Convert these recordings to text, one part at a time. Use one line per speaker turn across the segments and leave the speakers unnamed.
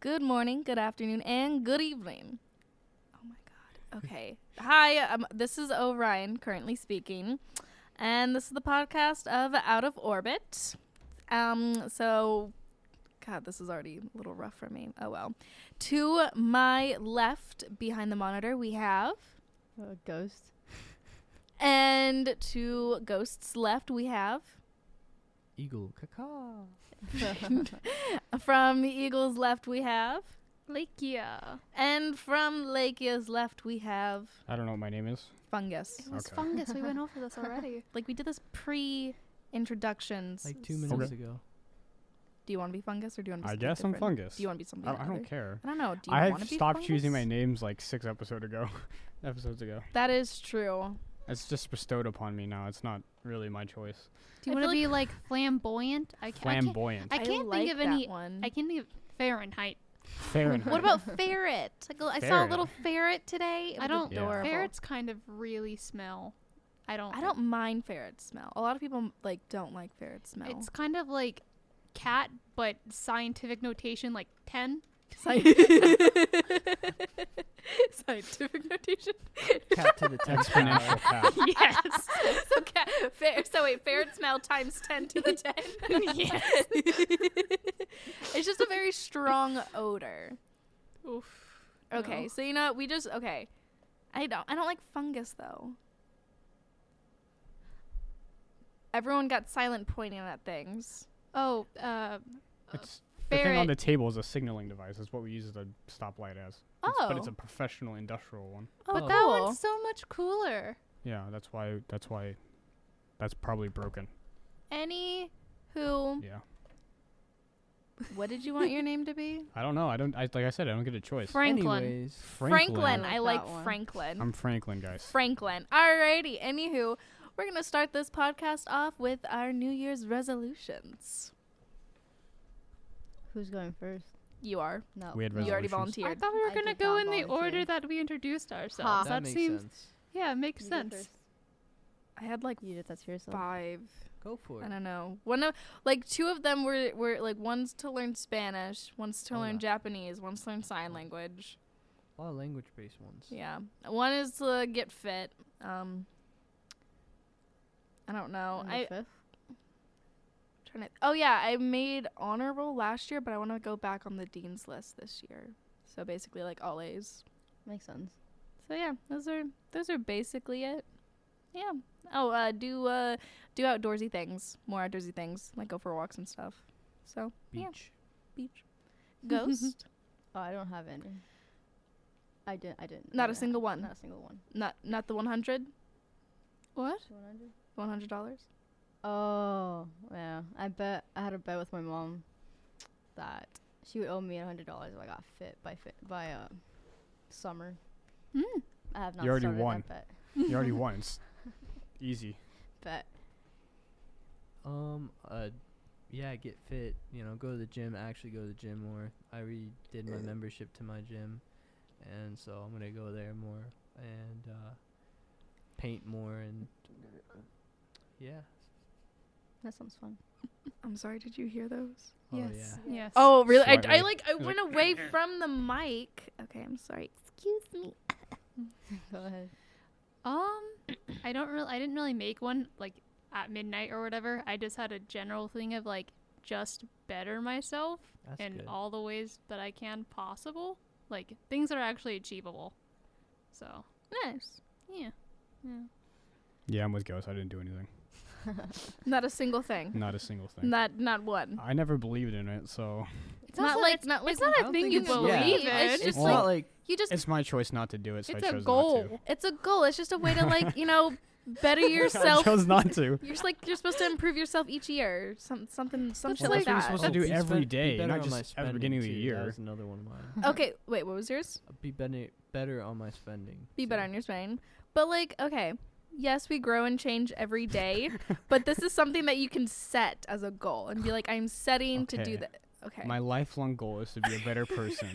Good morning, good afternoon, and good evening. Oh my God. Okay. Hi, um, this is Orion currently speaking, and this is the podcast of Out of Orbit. Um, so, God, this is already a little rough for me. Oh well. To my left, behind the monitor, we have,
A ghost.
and to Ghost's left, we have.
Eagle. Caca.
From Eagle's left, we have.
Lakia.
And from Lakia's left, we have
I don't know what my name is.
fungus.
It was
Okay.
fungus. We went over this already.
Like we did this pre introductions.
Like two
S-
minutes
Okay.
ago.
Do you want to be fungus or do you want to be
I
something
guess I'm
different?
fungus.
Do you want to be something
I, I
other?
don't care.
I don't know. Do you
I
wanna
have
be
stopped choosing my
fungus?
names like six episode ago. episodes ago.
That is true.
It's just bestowed upon me now. It's not really my choice.
I
Do you want
feel
to be like flamboyant? I ca- I can't.
Flamboyant.
I can't
like
think of
that
any.
one.
I can't think of Fahrenheit.
Fahrenheit.
What
What about ferret?
Like, I
saw a Ferret. little
ferret today.
I don't.
Yeah. adorable.
Ferrets kind of really smell. I don't.
I don't mind ferret smell. A lot of people like don't like ferret smell.
It's kind of like cat, but scientific notation like ten.
scientific notation.
Cat to the text.
Exponential cat.
yes.
so, cat, fair, so wait, ferret smell times 10 to the 10. yes. it's just a very strong odor.
Oof.
Okay,
No.
so you know what, we just okay. I don't I don't like fungus though. Everyone got silent pointing at things.
Oh, uh,
It's the thing
ferret.
on the table is a signaling device. It's what we use the stoplight as. It's- But it's
Oh.
a professional industrial one.
Oh,
but that
cool.
one's so much cooler.
Yeah, that's why. That's why. That's probably broken.
Any who
Yeah.
what did you want your name to be?
I don't know. I don't. I, like I said, I don't get a choice.
Franklin.
Anyways,
Franklin.
like
I like
that one.
Franklin.
I'm Franklin, guys.
Franklin. Alrighty. Anywho, we're gonna start this podcast off with our New Year's resolutions.
Who's going first?
You are.
No.
We had
no.
You already
Resolutions.
I
volunteered.
thought we were
I
gonna
did
go
not
in the
volunteer.
order that we introduced ourselves.
That
That,
makes
seems.
sense.
Yeah, makes
You go
sense.
first.
I had like
You did that to yourself.
five.
Go for
I
it.
don't know. One of like two of them were were like one's to learn Spanish, one's to
Oh,
learn
yeah.
Japanese, one's to learn sign language.
A lot of language-based ones.
Yeah. One is to get fit. Um I don't know.
And the
I
fifth?
trying to Oh yeah, I made honor roll last year, but I want to go back on the dean's list this year. So basically like all A's.
Makes sense.
So yeah, those are those are basically it. Yeah. Oh, uh do uh do outdoorsy things, more outdoorsy things, like go for walks and stuff. So,
Beach.
Yeah. beach. Ghost.
Oh, I don't have any. I didn't. I didn't. I
Not a
didn't-
single one.
Not a single one.
Not not the 100?
What?
Two hundred?
One hundred dollars.
Oh, yeah. I bet I had a bet with my mom that she would owe me a hundred dollars if I got fit by fit by uh summer.
Hmm.
Mm.
I have not
You already
started that
won.
bet.
you already won. It's easy.
Bet.
Um. Uh. Yeah. Get fit. You know. Go to the gym. Actually, go to the gym more. I redid my membership to my gym, and so I'm gonna go there more and uh, paint more and yeah.
That sounds fun.
I'm sorry. Did you hear those?
Oh,
yes.
yeah.
Yes.
Oh, really? I, I
Slightly.
like I
was
went away from the mic. Okay, I'm sorry. Excuse me.
Go ahead.
Um, I don't really. I didn't really make one like at midnight or whatever. I just had a general thing of like just better myself
That's
in
good.
all the ways that I can possible. Like things that are actually achievable. So
Nice.
yeah, yeah.
Yeah, I'm with Ghost. I didn't do anything.
Not a single thing.
Not a single thing.
Not not one.
I never believed in it, so
It's not
also-
like
it's,
not like
it's not
I
a
don't
thing
think
you
it's- yeah.
believe in.
It's
It's
just
just
Well,
like-
not like
you just. It's,
it's my choice not to do it. So
It's
I
a
chose Not
goal.
a goal. It's just a way to like you know better yourself.
I chose not to.
You're just like you're supposed to improve yourself each year. Some something something
Well,
like
that's
that.
what you're supposed to do
be
every
spen- be
day,
better
not
on my
just at the
spending,
beginning of the
too. That
year.
was another one of mine.
Okay, wait. What was yours?
Be better, better on my spending.
Be better
too.
on your spending. But like, okay, yes, we grow and change every day, but this is something that you can set as a goal and be like, I'm setting to do
Okay.
that. Okay.
My lifelong goal is to be a better person.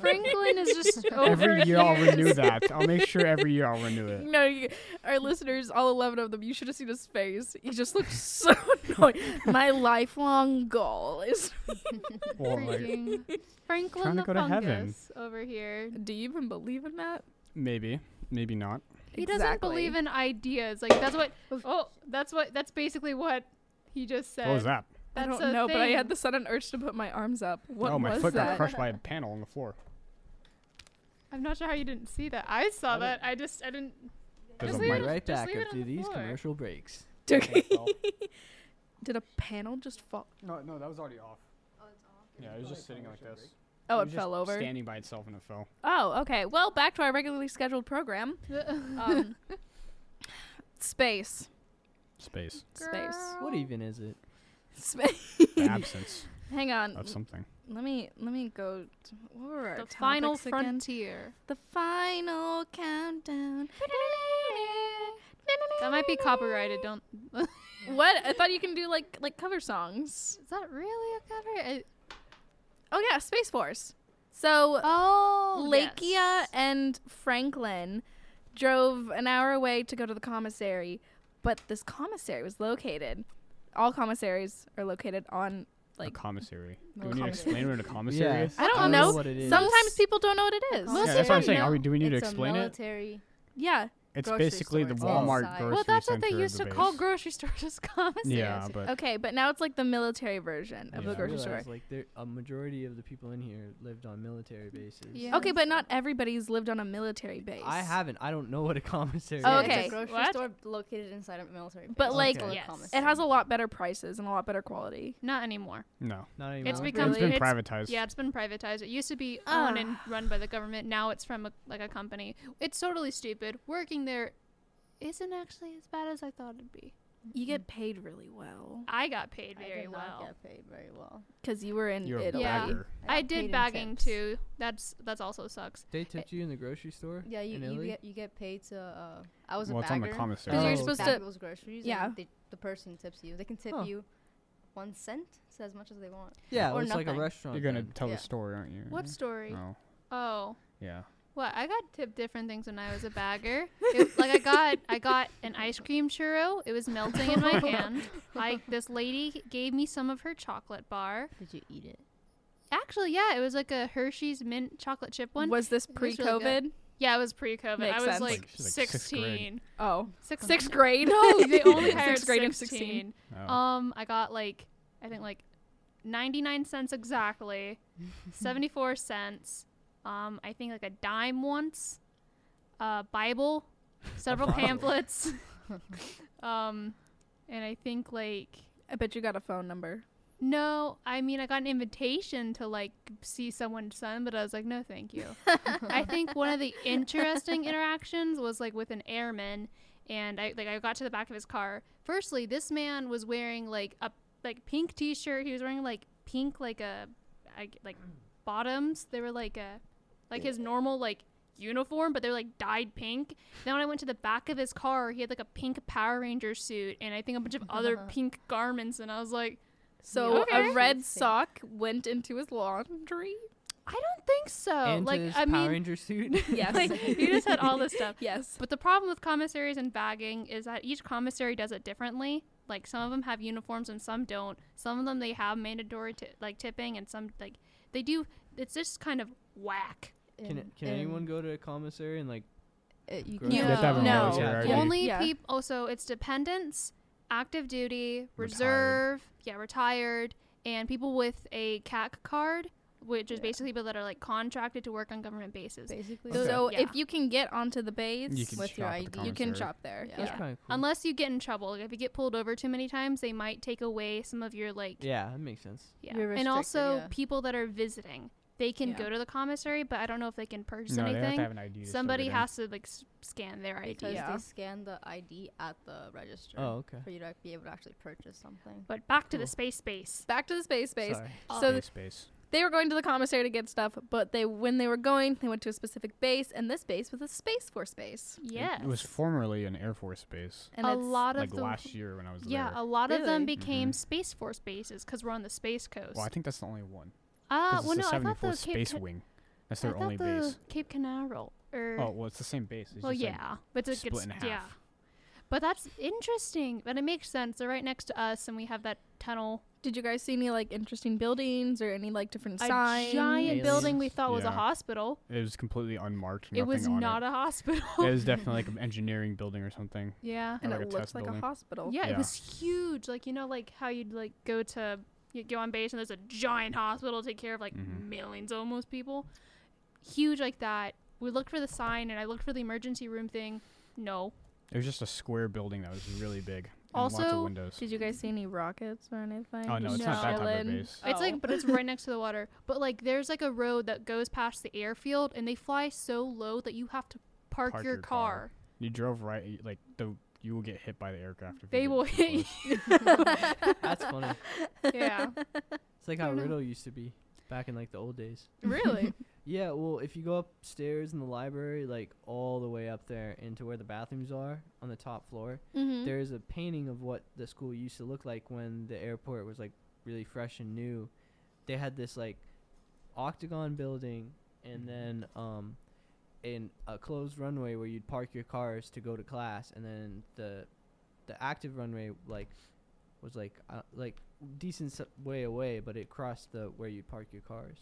Franklin is just over
every year I'll
here.
renew that. I'll make sure every year I'll renew it.
No, you, our listeners, all 11 of them, you should have seen his face. He just looked so annoyed. My lifelong goal is.
Well, like,
Freaking Franklin
Trying to
the
go to heaven.
fungus over here.
Do you even believe in that?
maybe, maybe not.
He doesn't believe in ideas. Like that's what.
Oof.
Oh, that's what. That's basically what he just said.
What was that?
I
That's
don't
a
know, but I
thing.
had the sudden urge to put my arms up. What
oh, my
was
foot got
that?
crushed by a panel on the floor.
I'm not sure how you didn't see that. I saw
I
that. I just. I didn't.
There's
We'll
a
be
mic.
right
just
back
leave it on
after
the
these
floor.
commercial breaks.
Did-
Oh,
Did a panel just fall?
no, no, that was already off. Yeah, it was just sitting like this.
Oh, it,
was just
fell over.
Standing by itself and it fell.
Oh, okay. Well, back to our regularly scheduled program. Um, space.
Space.
Space.
What even is it?
Space.
The absence
Hang on.
of something.
Let me let me go. To, what were our
the final
topics again?
frontier.
The final countdown.
That might be copyrighted. Don't.
What? I thought you can do like like cover songs.
Is that really a cover? I,
Oh yeah, Space Force. So
oh,
Lakia and Franklin drove an hour away to go to the commissary, but this commissary was located. All commissaries are located on
a
like
commissary.
Well,
Do we need to
commis-
explain what a commissary is?
I don't
don't
know.
what it is.
Sometimes people don't know what it is.
Yeah, that's what I'm saying. Are we- do we need to explain it?
military.
Yeah.
It's
grocery
basically the
stores
Walmart
outside.
grocery
Well, that's what
center.
they
of
used
the
to call
base.
grocery stores as commissaries.
Yeah, but
Okay, but now it's like the military version of
Yeah.
the
I
grocery store.
realize, Like there, a majority of the people in here lived on military bases.
Yeah.
Okay, but not everybody's lived on a military base.
I haven't. I don't know what a commissary
Oh,
is.
okay.
It's a grocery
What?
store located inside a military.
But,
base.
like,
It's called a
Yes.
commissary.
It has a lot better prices and a lot better quality.
Not anymore.
no.
Not anymore.
It's
It's Ah.
become.
been
it's-
privatized.
Yeah, it's been privatized. It used to be owned and run by the government. Now it's from a, like a company. It's totally stupid. Working there isn't actually as bad as I thought it'd be.
You get paid really well
I got paid
I did
very
not
well.
get paid very well.
because you were in
You're a
Italy.
Yeah.
bagger.
got
I
paid
did
in
bagging
tips.
too. That's that's also sucks.
They tipped you in the grocery store.
Yeah, you,
in
you
Italy?
get you get paid to. Uh, I was
Well,
a
it's on
bagger.
the commissary.
Because
Oh.
you're supposed
bag
to.
people's groceries.
Yeah.
and they, the person tips you. They can tip
Huh.
you one cent to as much as they want.
yeah,
or
it's like a
nothing.
restaurant.
You're gonna
then.
tell
Yeah.
the story, aren't you?
What story?
No.
Oh,
Yeah.
what? I got tipped different things when I was a bagger. It- like I got I got an ice cream churro. It was melting in my hand. I this lady gave me some of her chocolate bar.
Did you eat it?
Actually, yeah, it was like a Hershey's mint chocolate chip one.
Was this
It was really
pre
good.
COVID?
Yeah, it was pre-COVID.
Makes
I was
sense.
like,
Like, she's like sixth grade.
16.
Oh,
Sixth,
sixth grade.
No, they only hired
sixth grade
16.
of 16.
Oh.
Um, I got like I think like 99 cents exactly, 74 cents. Um, I think like a dime once. Uh, Bible, several
Bible.
pamphlets. um, and I think like
I bet you got a phone number.
no, I mean I got an invitation to like see someone's son, but I was like, no, thank you. I think one of the interesting interactions was like with an airman, and I like I got to the back of his car. Firstly, this man was wearing like a like pink T-shirt. He was wearing like pink like a I g- like bottoms. They were like a like his normal like uniform, but they were like dyed pink. Then when I went to the back of his car, he had like a pink Power Ranger suit and I think a bunch of other pink garments, and I was like.
So
Okay.
a red
Interesting.
sock went into his laundry.
I don't think so.
Into
Oh, like
his
I
Power
mean,
Ranger suit.
Yes.
like you just had all this stuff.
yes.
But the problem with commissaries and bagging is that each commissary does it differently. Like some of them have uniforms and some don't. Some of them they have mandatory t- like tipping and some like they do. It's just kind of whack.
can can anyone go to a commissary and like?
uh, you
grocery
You
can
have to have a
No.
military
Yeah.
ID.
Yeah.
Only
Yeah.
people. Oh, so it's dependents, active duty,
Retired.
reserve. Yeah, retired, and people with a CAC card, which is
Yeah.
basically people that are like contracted to work on government bases.
basically.
Okay.
So
Yeah.
if you can get onto the base,
You can
With
shop
your
at the
ID.
you can
commissary.
shop there.
Yeah.
Yeah.
That's kind of cool.
Unless you get in trouble, like if you get pulled over too many times, they might take away some of your like
yeah, that makes sense.
Yeah.
You're
and
restricted,
also
yeah.
people that are visiting, they can
Yeah.
go to the commissary, but I don't know if they can purchase
No, they have to
anything.
have an ID. to still
Somebody
get in.
has to like s- scan their ID.
because
Yeah.
they scan the ID at the register
Oh, okay.
for you to be able to actually purchase something.
But back to
Cool.
the space space.
Back to the space base.
Sorry.
So
Space, space.
They were going to the commissary to get stuff, but they when they were going, they went to a specific base, and this base was a Space Force base.
Yes.
It was formerly an Air Force base.
And
a
it's-
lot of
Like
the
last year when I was
yeah,
there.
a lot of them
Really?
became
Mhm.
Space Force bases because we're on the space coast.
Well, I think that's the only one.
uh,
Because
well,
it's
no,
the
I thought
74th
the Cape
Space
Ca-
Wing. That's
I
their
thought
only
the
base.
Cape Canaveral. Or
Oh, well, it's the same base. It's
well,
just, like,
yeah, but it
split
gets
in
yeah.
half.
But that's interesting. But it makes sense. They're right next to us, and we have that tunnel,
Did you guys see any like interesting buildings or any like different
a
signs?
giant building we
Aliens.
thought was a
Yeah.
hospital.
It was completely unmarked.
it was
nothing on
not
It.
a Oh. hospital.
it was definitely like an engineering building or something.
yeah.
and
like a
it looked
test
like
building.
a hospital.
Yeah, it
Yeah.
was huge. Like you know, like how you'd like go to you go on base and there's a giant hospital to take care of like
Mhm.
millions almost people. Huge like that. We looked for the sign and I looked for the emergency room thing. No.
It was just a square building that was really big. And lots
Also,
of windows.
Did you guys see any rockets or anything?
Oh no,
Just
it's not that type of
chilling?
base.
It's
Oh.
like but it's right next to the water. But like there's like a road that goes past the airfield and they fly so low that you have to park,
Park
your,
your
car.
car. You drove right, y- like the you will get hit by the aircraft. If
They
you
will
get too
hit
close.
you.
That's funny.
yeah.
It's like how
Don't know.
Riddle used to be back in like the old days.
Really?
Yeah, well, if you go upstairs in the library, like all the way up there into where the bathrooms are on the top floor,
Mm-hmm.
Mhm.
there's a painting of what the school used to look like when the airport was like really fresh and new. They had this like octagon building
Mm-hmm.
and then um in a closed runway where you'd park your cars to go to class and then the the active runway like was like uh, like decent s- way away but it crossed the where you'd park your cars.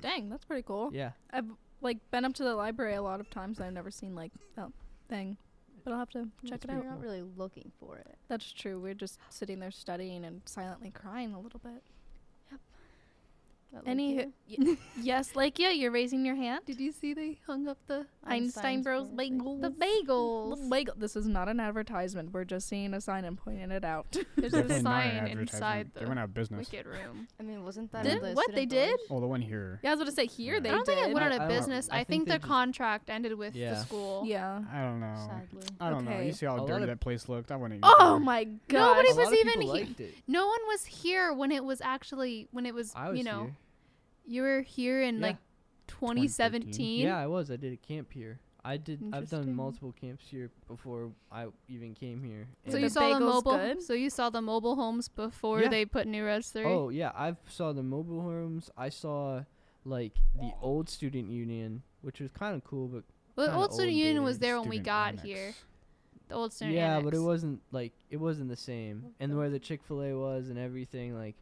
Dang, that's pretty cool.
Yeah.
I've like been up to the library a lot of times. and I've never seen like that thing, but I'll have to check it
You're
out.
pretty
not
cool.
really looking for it.
That's true. We're just sitting there studying and silently crying a little bit.
But
Any
Lakeview?
y- yes, like yeah, you're raising your hand.
Did you see they hung up the
Einstein
Einstein's
Bros
birthday.
bagels.
the bagels?
Little bagel. This is not an advertisement. We're just seeing a sign and pointing it out.
There's a
Definitely not an
sign
advertisement.
inside
They went
the
out of business.
wicked room.
I mean, wasn't that
Did-
on the
what, they
student
did?
village?
Oh, the one here.
yeah, I was gonna say here
Yeah.
they
I don't
did.
think it went
I-
out
I
of
don't-
business. I,
I
think,
think they
their
just-
contract ended with the
Yeah.
school.
yeah.
I don't
Oh.
know.
Sadly.
I don't know.
Okay.
You see how
A lot
dirty
of-
that place looked. I wouldn't. Even
Oh
go
my god.
Nobody
A
was
lot of
even
people
he-
liked it.
No one was here when it was actually when it was,
I was
you know
here.
you were here in
Yeah.
like 2017.
Yeah, I was. I did a camp here. I did. I've done
Interesting.
multiple camps here before I even came here.
So
And
you
the
saw the
bagels
mobile.
good?
So you saw the mobile homes before
Yeah.
they put New Res Three.
Oh yeah, I saw the mobile homes. I saw like the old student union, which was kind of cool, but
well, the
kinda
old student
old
union
dated
was there when we
Student
got
annex.
here. The old student.
yeah, but it
annex.
wasn't like it wasn't the same. And where the Chick Fil A was and everything, like,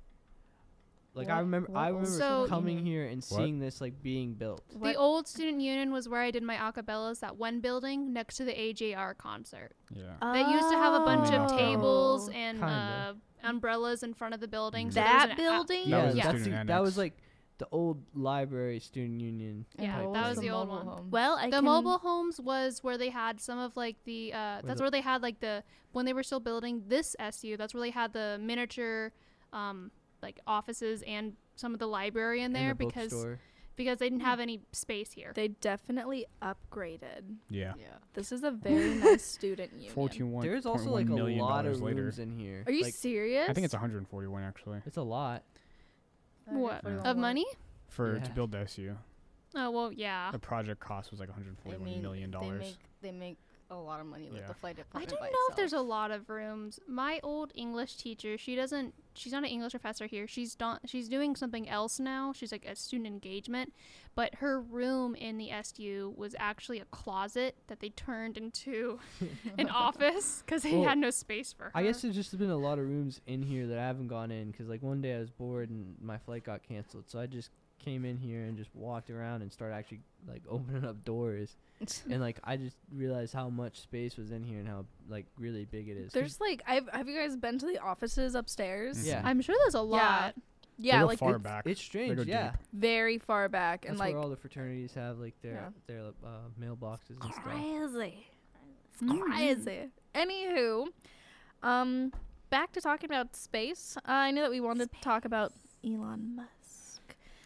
like I
What-
remember,
what
I
old
remember
So-
coming
union?
here and seeing this like being built.
The old student union was where I did my acapellas. That one building next to the AJR concert.
Yeah.
They used to have a bunch of
Oh.
tables and uh,
Kinda.
umbrellas in front of the building. so there was
that
an a-
building.
That
yeah,
was the
that's
student
the- that was
annex.
like the old library student union.
Yeah,
type
what
that
thing.
was the old
mobile
one.
home?
Well, I
the
can-
mobile homes was where they had some of like the uh, that's
the-
where they had like the when they were still building this SU. That's where they had the miniature um, like offices and some of the library in
and
there
the
because
bookstore.
because they didn't have any space here.
They definitely upgraded.
Yeah.
yeah.
This is a very nice student union.
Fourteen one.
There's also like a lot of
later.
rooms in here.
Are you
Like,
serious?
I think it's 141 actually
it's a lot.
what
Yeah.
of money?
for to
Yeah.
build the SU.
Oh well, yeah.
The project cost was like
I
141
mean,
million
They
dollars.
make, they make a lot of money with
Yeah.
the flight
I
department.
don't know
by
if there's a
itself.
lot of rooms. My old English teacher, she doesn't. She's not an English professor here. She's not. She's doing something else now. She's like a student engagement, but her room in the SU was actually a closet that they turned into an office because they
Well,
had no space for her.
I guess there's just been a lot of rooms in here that I haven't gone in because like one day I was bored and my flight got canceled, so I just came in here and just walked around and started actually like opening up doors, and like I just realized how much space was in here and how like really big it is. 'Cause
There's like, I've, have you guys been to the offices upstairs?
yeah,
I'm sure there's a lot.
Yeah,
go
like
far
it's
back.
it's strange.
go
Yeah,
deep.
very far back and
that's
like
where all the fraternities have like their
Yeah.
their uh, mailboxes and stuff.
crazy. It's
Mm-hmm.
crazy. Anywho, um, back to talking about space. I know that we wanted to talk about Elon Musk.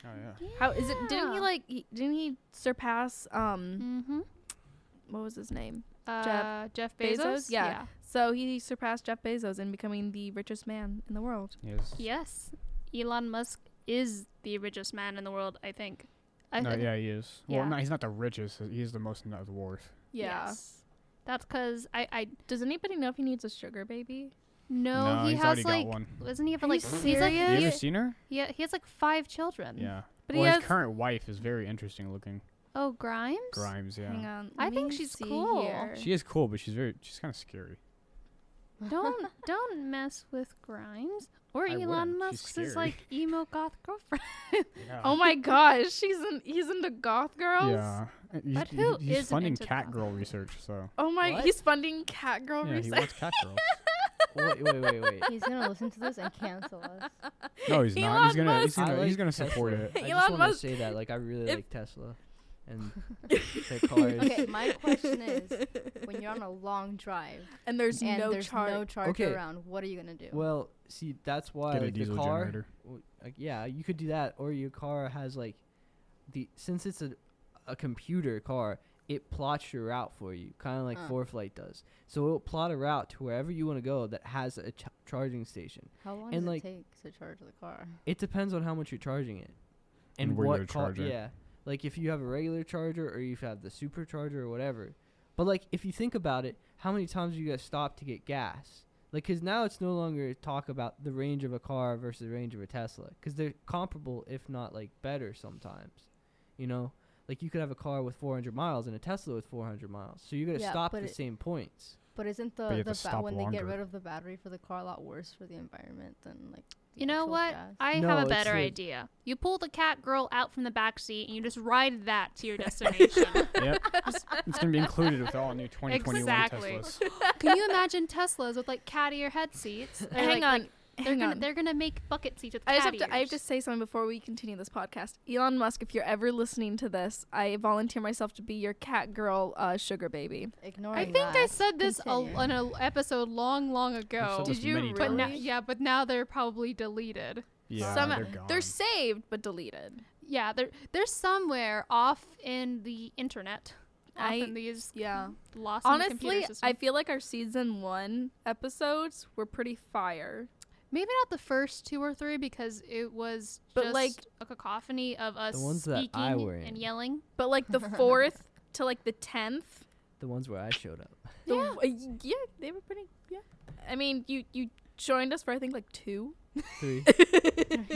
oh yeah.
How is it? Didn't he
Yeah.
like? He, didn't he surpass? Um,
Mm-hmm.
what was his name?
Uh, Jeff Bezos.
Bezos? Yeah.
yeah.
So he surpassed Jeff Bezos in becoming the richest man in the world.
Yes.
Yes. Elon Musk is the richest man in the world. I think. I
no,
think-
yeah, he is.
Yeah.
Well, no, he's not the richest. He's the most net worth.
Yeah.
Yes.
That's because I I
Does anybody know if he needs a sugar baby?
know
no,
he
he's
has
already
like.
got one.
Doesn't he have
Are you
like? He's like
serious?
You ever
he,
seen her?
yeah, he has like five children.
Yeah.
But
well,
he
his
has.
current wife is very interesting looking.
Oh, Grimes.
Grimes, yeah.
Hang on.
I
let
think
me
she's
see
cool.
here.
She is cool, but she's very she's kind of scary.
don't don't mess with Grimes or
I wouldn't.
Elon
She's
Musk's
scary.
is like emo goth girlfriend.
Yeah.
Oh my gosh, she's in. He's into goth girls.
uh, Yeah. Uh, He's,
But who
he's, he's
isn't
funding
into
cat
goth?
girl research, so.
Oh my,
What?
he's funding cat girl
Yeah, he
research.
wants cat girls.
wait, wait, wait, wait.
He's gonna listen to this and cancel us.
No, he's not.
Elon
He's gonna
Musk.
he's gonna,
I
he's
like
gonna support
Tesla.
it.
I
Elon
just want
Musk.
to say that. Like, I really
If-
like Tesla and their cars.
Okay, my question is, when you're on a long drive
and there's
and
no
there's
charge.
no charger
Okay.
around, what are you gonna do?
Well, see, that's why
Get a
like, the
diesel
car.
generator.
w- Like, yeah, you could do that, or your car has like the since it's a a computer car, it plots your route for you, kind of like
Uh.
ForeFlight does. So it'll plot a route to wherever you want to go that has a ch- charging station.
How long
and,
does
like-
it take to charge the car?
It depends on how much you're charging it, and,
And where
what
you're
car.
charging.
Yeah, like if you have a regular charger or if you have the supercharger or whatever. But like if you think about it, how many times you guys stop to get gas? Like, cause now it's no longer talk about the range of a car versus the range of a Tesla, cause they're comparable, if not like better sometimes. You know, like you could have a car with 400 miles and a Tesla with 400 miles, so you're gonna
Yeah,
stop
but
at the
it-
same points.
But isn't the,
you have to
the ba-
stop
when they get
longer.
rid of the battery for the car a lot worse for the environment than like? the
You know
actual
what?
gas?
I
No,
have a
it's
better
the-
idea. You pull the cat girl out from the back seat and you just ride that to your destination.
yep. It's gonna be included with all new 2021
Exactly.
Teslas.
Can you imagine Teslas with like cat ear head seats? Or,
Hang
like-
on.
like, they're
hang
gonna
on.
they're gonna make bucket seats with
I
cat
just have to. I have
ears.
to say something before we continue this podcast. Elon Musk, if you're ever listening to this, I volunteer myself to be your cat girl uh, sugar baby.
Ignoring
I think I
that,
said this a,
continue.
on an episode long, long ago.
Did you
many
But
times.
now,
Really?
yeah, but now they're probably deleted.
Yeah,
Some-
they're gone.
They're saved but deleted.
Yeah, they're they're somewhere off in the internet. Off
I-
in these
Yeah.
lost in the
Honestly,
computer system.
I feel like our season one episodes were pretty fire.
Maybe not the first two or three because it was
But,
just
like-
a cacophony of us
ones that
speaking
I were in.
and yelling.
But like the fourth to like the tenth,
The ones where I showed up.
the, yeah, yeah, they were pretty. Yeah, I mean, you you joined us for I think like two.
Three. I joined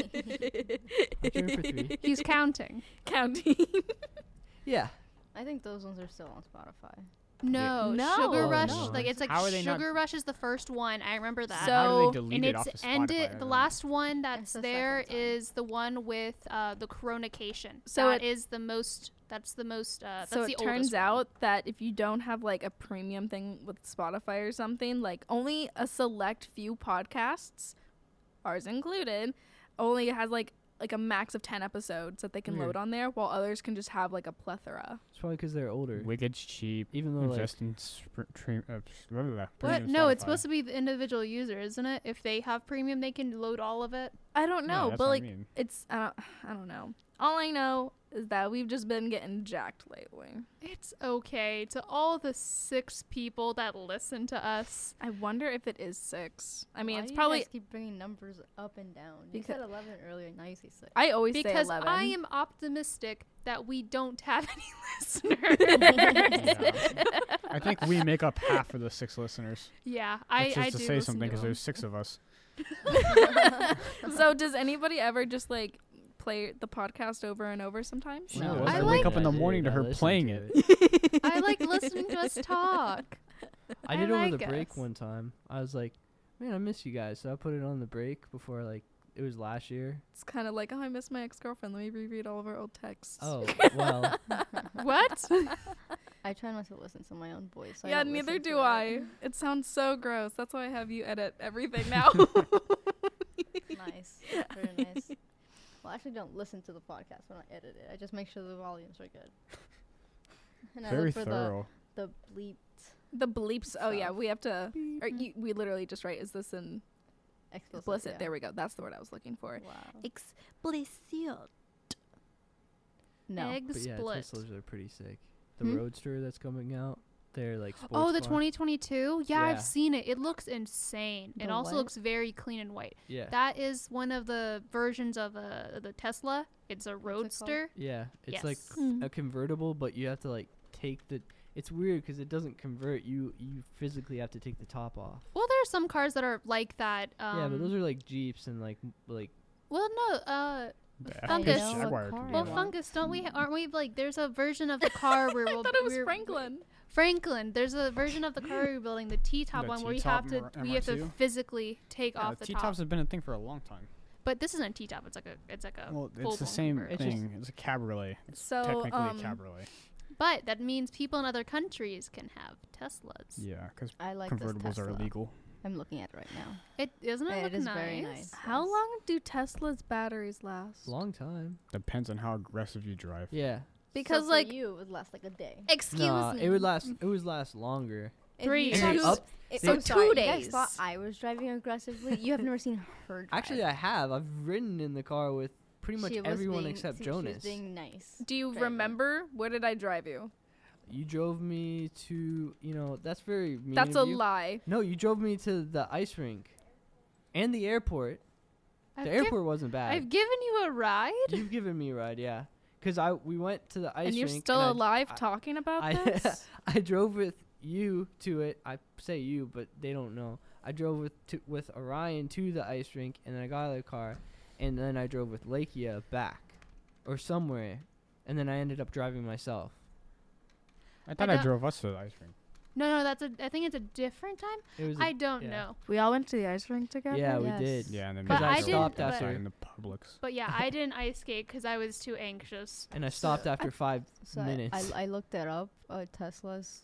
for three.
He's counting.
Counting.
Yeah.
I think those ones are still on Spotify.
No,
No.
Sugar
Oh,
Rush.
no.
Like it's like
How are they not-
Sugar Rush is the first one. I remember that.
So-
How do
So-
they delete
and
it
it's
off of Spotify? I
ended. The
don't-
last one that's
the second
there
time.
is the one with uh, the Coronication.
So
So that is the most. That's the most. Uh, that's
so
the
it turns
oldest one.
out that if you don't have like a premium thing with Spotify or something, like only a select few podcasts, ours included, only has like like a max of ten episodes that they can
Weird.
load on there, while others can just have like a plethora.
It's probably because they're older.
Wicked's cheap.
Even though like,
Invest in spr- tre- uh, blah, blah, blah,
What?
premium
No, it's
Spotify.
supposed to be the individual user, isn't it? If they have premium, they can load all of it.
I don't
Yeah,
know,
that's
but
what I
like
mean.
it's I don't I don't know. All I know is that we've just been getting jacked lately.
It's okay to all the six people that listen to us.
I wonder if it is six. I mean,
Why
it's
do you
probably
guys keep bringing numbers up and down. You
Because-
said eleven earlier, now you say six.
I always say
because
eleven.
I am optimistic that we don't have any listeners.
I think we make up half of the six listeners.
yeah, I,
That's
I
just
do
to say
listen
something
to
because
'em.
there's six of us.
so does anybody ever just like play the podcast over and over sometimes?
No,
No,
I
I
wake
like-
up in
I
the
did,
morning to
I
her
listened
playing
to
it.
I like listening to us talk.
I
I
did over
like
the break
us.
one time. I was like, man, I miss you guys. So I put it on the break before like it was last year.
It's kind of like, oh, I miss my ex girlfriend. Let me reread all of our old texts.
Oh well,
What?
I try not to listen to my own voice. So I
yeah,
don't
neither
listen to
do
it.
I. It sounds so gross. That's why I have you edit everything now.
nice, very nice. Well, I actually don't listen to the podcast when I edit it. I just make sure the volumes are good. And I
Very
look for the,
thorough.
the bleeped
the bleeps. Oh yeah,
Stuff.
we have to. Or you, we literally just write. Is this in
explicit.
explicit?
yeah.
There we go. That's the word I was looking for.
Wow.
Explicit.
No.
Egg
but yeah,
split.
Teslas are pretty sick. The
Hmm?
Roadster that's coming out, their like sports
Oh, the
bar.
2022? Yeah,
Yeah.
I've seen it. It looks insane. it
The
also
what?
looks very clean and white.
Yeah.
That is one of the versions of uh, the Tesla. It's a
called?
roadster.
yeah. It's like
Yes. Hmm.
Mm.
a convertible, but you have to like take the. It's weird because it doesn't convert. You you physically have to take the top off.
Well, there are some cars that are like that. Um,
yeah, but those are like jeeps and like m- like
Well, no. Uh,
The
Fungus.
F-150 Jaguar
Well,
could be
well,
one.
fungus. Don't we? Aren't we like? There's a version of the car where
Mm. I
we'll.
thought it was
we're-
Franklin.
Franklin. There's a version of the car we're building, the T-top
The
one, where we
T-top
have to
MR-
we have to
MRSU?
physically take
Yeah,
off the
T-tops
top.
have been a thing for a long time.
But this isn't a T-top. It's like a. It's like a.
Well, it's the
full-blown
same
conversion.
It's just-
thing. It's a cabriolet. It's
So
technically a
um,
cabriolet.
But that means people in other countries can have Teslas.
Yeah, because
I like this
convertibles are
Tesla.
illegal.
I'm looking at it right now.
It isn't it,
Yeah,
look
it is
nice?
very nice.
how long do Tesla's batteries last?
long time.
Depends on how aggressive you drive.
Yeah.
Because
So for
like,
you, it would last like a day.
excuse
nah,
me,
it would last. It would last longer.
If
Three
you
It
guys-
was
up-
if-
so
I'm
two
sorry, You guys
days.
thought I was driving aggressively. You have never seen her. Drive.
Actually, I have. I've ridden in the car with pretty much
She was
everyone
being-
except
she- She
Jonas.
was being nice.
Do you
Driving.
remember where did I drive you?
You drove me to, you know, that's very mean.
That's
of
a
you.
lie.
No, you drove me to the ice rink, and the airport.
I've,
the
giv-
airport wasn't
I've
bad.
given you a ride.
You've given me a ride, yeah. Cause I we went to the ice
and you're
rink
still
and I-
alive
I-
talking about
I-
this?
I drove with you to it. I say you, but they don't know. I drove with to, with Orion to the ice rink, and then I got out of the car, and then I drove with Lakia back, or somewhere, and then I ended up driving myself.
I thought I,
don't-
drove us to the ice rink.
No, no, that's a. I think it's a different time.
It was a-
I don't
yeah.
know.
we all went to the ice rink together.
yeah,
Yes.
we did.
Yeah, and then
But
we
I
drove
didn't-
outside
but-
in the Publix.
But yeah, I didn't ice skate because I was too anxious.
And I stopped after five
So I-
minutes.
I, I looked it up. Uh, Tesla's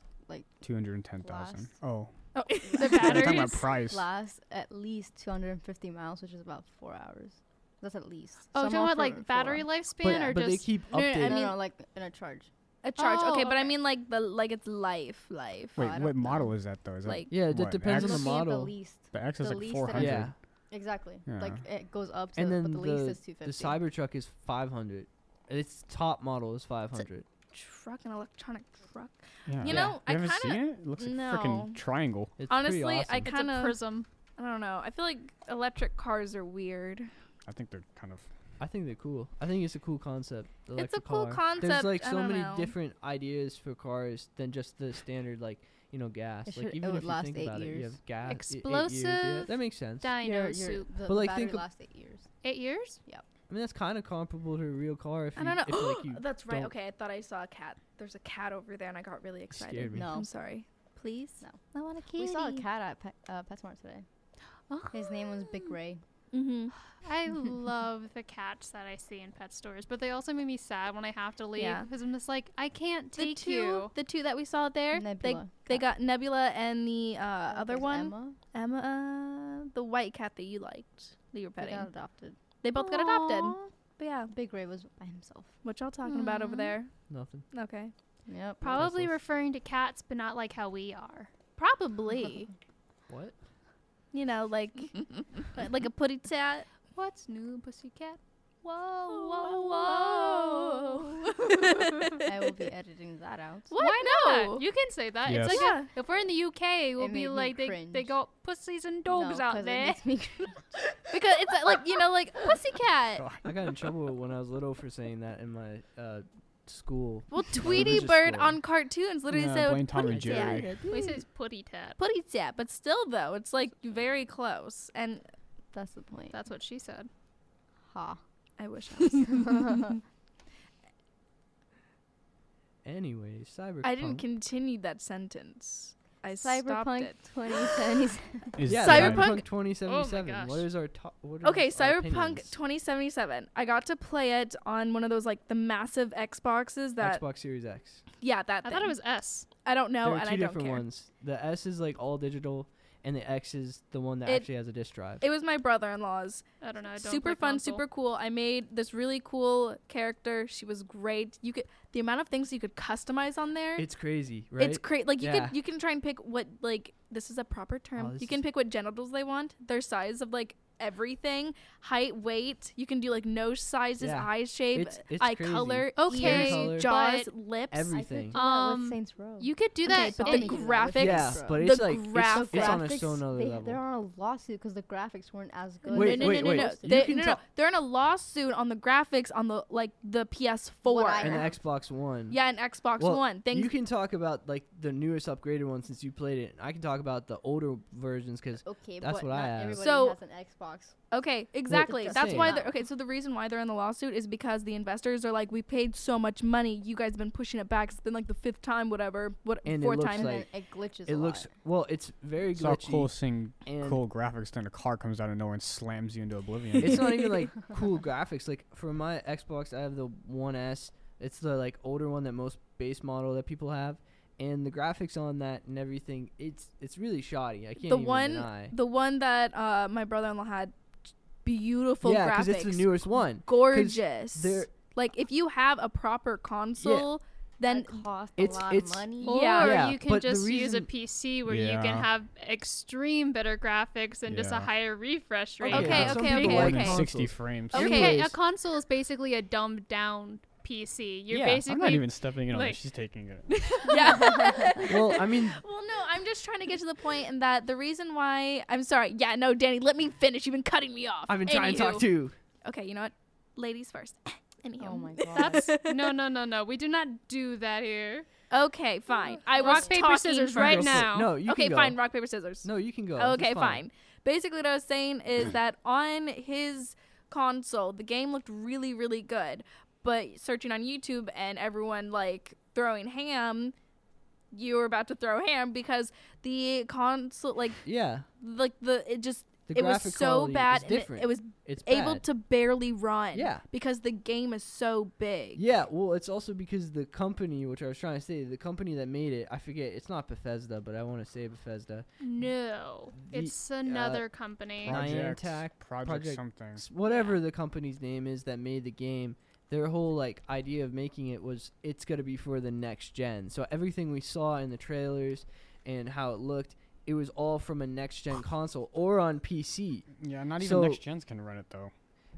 Two hundred and ten thousand.
Last.
Oh,
Oh.
The
yeah, they're talking about
batteries.
price.
last at least 250 miles, which is about four hours. That's at least.
Oh,
Some
talking
offer
about like
four.
battery
but
lifespan or
but they
just
keep
No, no, I
updating.
No,
mean-
no, like in a charge.
a charge.
Oh,
okay, but I
okay.
mean like the like it's life, life.
Oh, I
Wait,
don't
what
know.
model is that though? Is
Like
yeah, it
What, an
depends on the
Axis?
Looking at
model.
the least.
that the X is
the
like
least
four
that I
hundred?
did.
yeah,
Exactly.
Yeah.
Like it goes up to,
And
but
then
the least
the-
is 250.
the Cybertruck is 500. Its top model is 500.
truck, an electronic truck.
Yeah.
You
Yeah.
know, I
You haven't
kind
seen
of
it? It looks like a
no.
freaking triangle.
It's pretty
honestly, I
awesome.
it's
kind
a
of
prism.
I don't know. I feel like electric cars are weird.
I think they're kind of.
I think they're cool. I think it's a cool concept. the
It's a
electric
cool
car. There's
concept,
like
I
so
don't
many
know.
different ideas for cars than just the standard like you know gas.
It
like
should-
even
oh,
it would
if you
last
think
eight
about it, you
years.
have gas. yeah,
Explosive
that makes sense.
Dino
Your- your-
soup.
The
But, like,
battery
think ab-
lasts eight years.
Eight years?
I mean that's kind of comparable to a real car. If
I
you,
don't
If,
know.
like, you
That's right.
don't-
Okay, I thought I saw a cat. There's a cat over there, and I got really excited.
scared me.
No.
I'm sorry. Please.
No.
I want a kitty.
We saw a cat at Pe- uh, PetSmart today.
Oh.
His name was Big Ray.
Mm-hmm.
I love the cats that I see in pet stores, but they also make me sad when I have to leave
Yeah.
because I'm just like, I can't
The
take
two,
you.
the two that we saw there,
Nebula
they they
cat.
got Nebula and the uh,
Uh,
other
there's
one,
Emma.
Emma, the white cat that you liked, that you were
They
petting.
got adopted.
They both got adopted.
Aw.
But yeah,
Big Ray was by himself.
what y'all talking about over
Mhm.
there?
nothing.
Okay,
Yep.
Probably
Teslas.
referring to cats, but not like how we are.
probably.
What?
you know, like like a putty tat. Oh,
What's new, pussycat? Whoa,
Whoa, whoa.
I will be editing that out.
What?
Why
no.
not? You can say that.
Yes.
It's like
yeah.
if we're in the UK, we'll
It
be
made me
like they, they
cringe.
got pussies and
No,
dogs out
'cause it
there.
makes me cringe.
because it's uh, like you know, like pussycat.
God.
I got in trouble when I was little for saying that in my uh, school.
Well,
my
Tweety
religious
Bird
school.
on cartoons literally
Yeah,
said
blame Tom
putty
and Jerry.
tat.
We say it's putty tat.
Putty tat, but still though, it's like very close. And
That's the point.
That's what she said.
ha.
I wish I was.
Anyway, cyberpunk.
I didn't continue that sentence. I stopped
Cyberpunk
it.
2077.
Is
yeah,
that-
Cyberpunk-
2077. what
gosh.
is our top? What are
Okay,
our
Cyberpunk
opinions?
2077. I got to play it on one of those like the massive Xboxes that
Xbox Series X.
yeah that
I
thing.
thought it was S.
I don't know
there are
and
two
I don't
different
care.
ones. The S is like all digital, and the X is the one that
It-
actually has a disk drive.
It was my brother-in-law's.
I don't know. I don't
super
play
fun,
console.
super cool. I made this really cool character. She was great. You could the amount of things you could customize on there.
it's crazy, right?
It's great. Like you
Yeah. Oh,
could you can try and pick what like this is a proper term.
this
you can
is-
pick what genitals they want, their size of like everything height, weight. You can do like nose sizes,
Yeah.
eye shape,
It's- it's
eye
crazy.
color,
Okay,
ears,
color.
jaws,
but
lips.
everything.
do that with Um,
Saints Row.
You could do
Okay,
that,
so
but
I'm
the
gonna do
graphics.
that.
Yeah,
graphics.
but
The
it's like
graphics.
it's, it's on a so another
they,
level.
They're on a lawsuit because the graphics weren't as good.
Wait,
no, no,
wait,
no,
wait.
no, no.
You
They,
can
no, no,
tell-
They're in a lawsuit on the graphics on the like the PS4
What I
and the
Yeah.
Xbox One.
yeah, and Xbox
Well,
One. Things
You can talk about like the newest upgraded one since you played it. and I can talk about the older versions because
Okay,
That's
but
what I
not
asked.
everybody
So-
has an Xbox.
Okay, exactly. That's why
saying.
they're okay. So the reason why they're in the lawsuit is because the investors are like, we paid so much money. You guys been pushing it back. It's been like the fifth time, whatever, what
And it
fourth
looks
time.
And
like-
then it glitches.
it
a
looks
lot.
well. It's very
Saw a
glitchy.
cool thing,
and
cool graphics. Then a car comes out of nowhere and slams you into oblivion.
it's not even like cool graphics. Like for my Xbox, I have the One S. It's the like older one that most base model that people have, and the graphics on that and everything. It's it's really shoddy. I can't
the
even
one,
deny.
the one that uh, my brother-in-law had, beautiful
yeah,
graphics,
it's the newest one.
gorgeous.
They're
Like if you have a proper console, then
That cost
it's-
a lot
it's-
of money.
Or
Yeah.
Yeah,
you can
but the
just use a
reason-
PC where you can
Yeah.
have extreme better graphics and just a
Yeah.
higher refresh rate.
Okay,
Yeah.
okay,
Some
okay,
people
more
like
than
okay.
sixty
consoles.
frames.
Okay.
Okay, a
Anyways.
console is basically a dumbed down PC. You're
Yeah, I'm not
basically
I'm not even stepping in on
like-
it. She's taking it.
yeah.
well, I mean,
Well, no, I'm just trying to get to the point in that the reason why I'm sorry. Yeah, no, Danny, let me finish. You've been cutting me off.
I've been trying to talk
Anywho.
too.
Okay, you know what? Ladies first. Anywho.
Oh my god.
That's no, no, no, no. We do not do that here.
Okay, fine. I
Mm-hmm. Rock,
was
paper,
talking
scissors
for-
right
Go for it.
now.
No, you
okay,
can go.
fine. Rock paper scissors.
No, you can go. It's
okay,
fine.
fine. Basically, what I was saying is that on his console, the game looked really, really good. But searching on YouTube and everyone like throwing ham, you were about to throw ham because the console, like,
Yeah,
like the it just
the
it was
graphic
so
quality
bad.
Is
and it-
different.
it was
it's
able
bad.
to barely run.
Yeah.
Because the game is so big.
Yeah, well, it's also because the company, which I was trying to say, the company that made it, I forget, it's not Bethesda, but I want to say Bethesda.
No,
The-
it's another company.
Pro-
Project,
Niantic,
project,
Project-
something.
S- Whatever the company's name is that made the game, their whole like idea of making it was it's gonna be for the next gen. So everything we saw in the trailers and how it looked, it was all from a next gen console or on PC.
Yeah, not even
So-
next gens can run it though.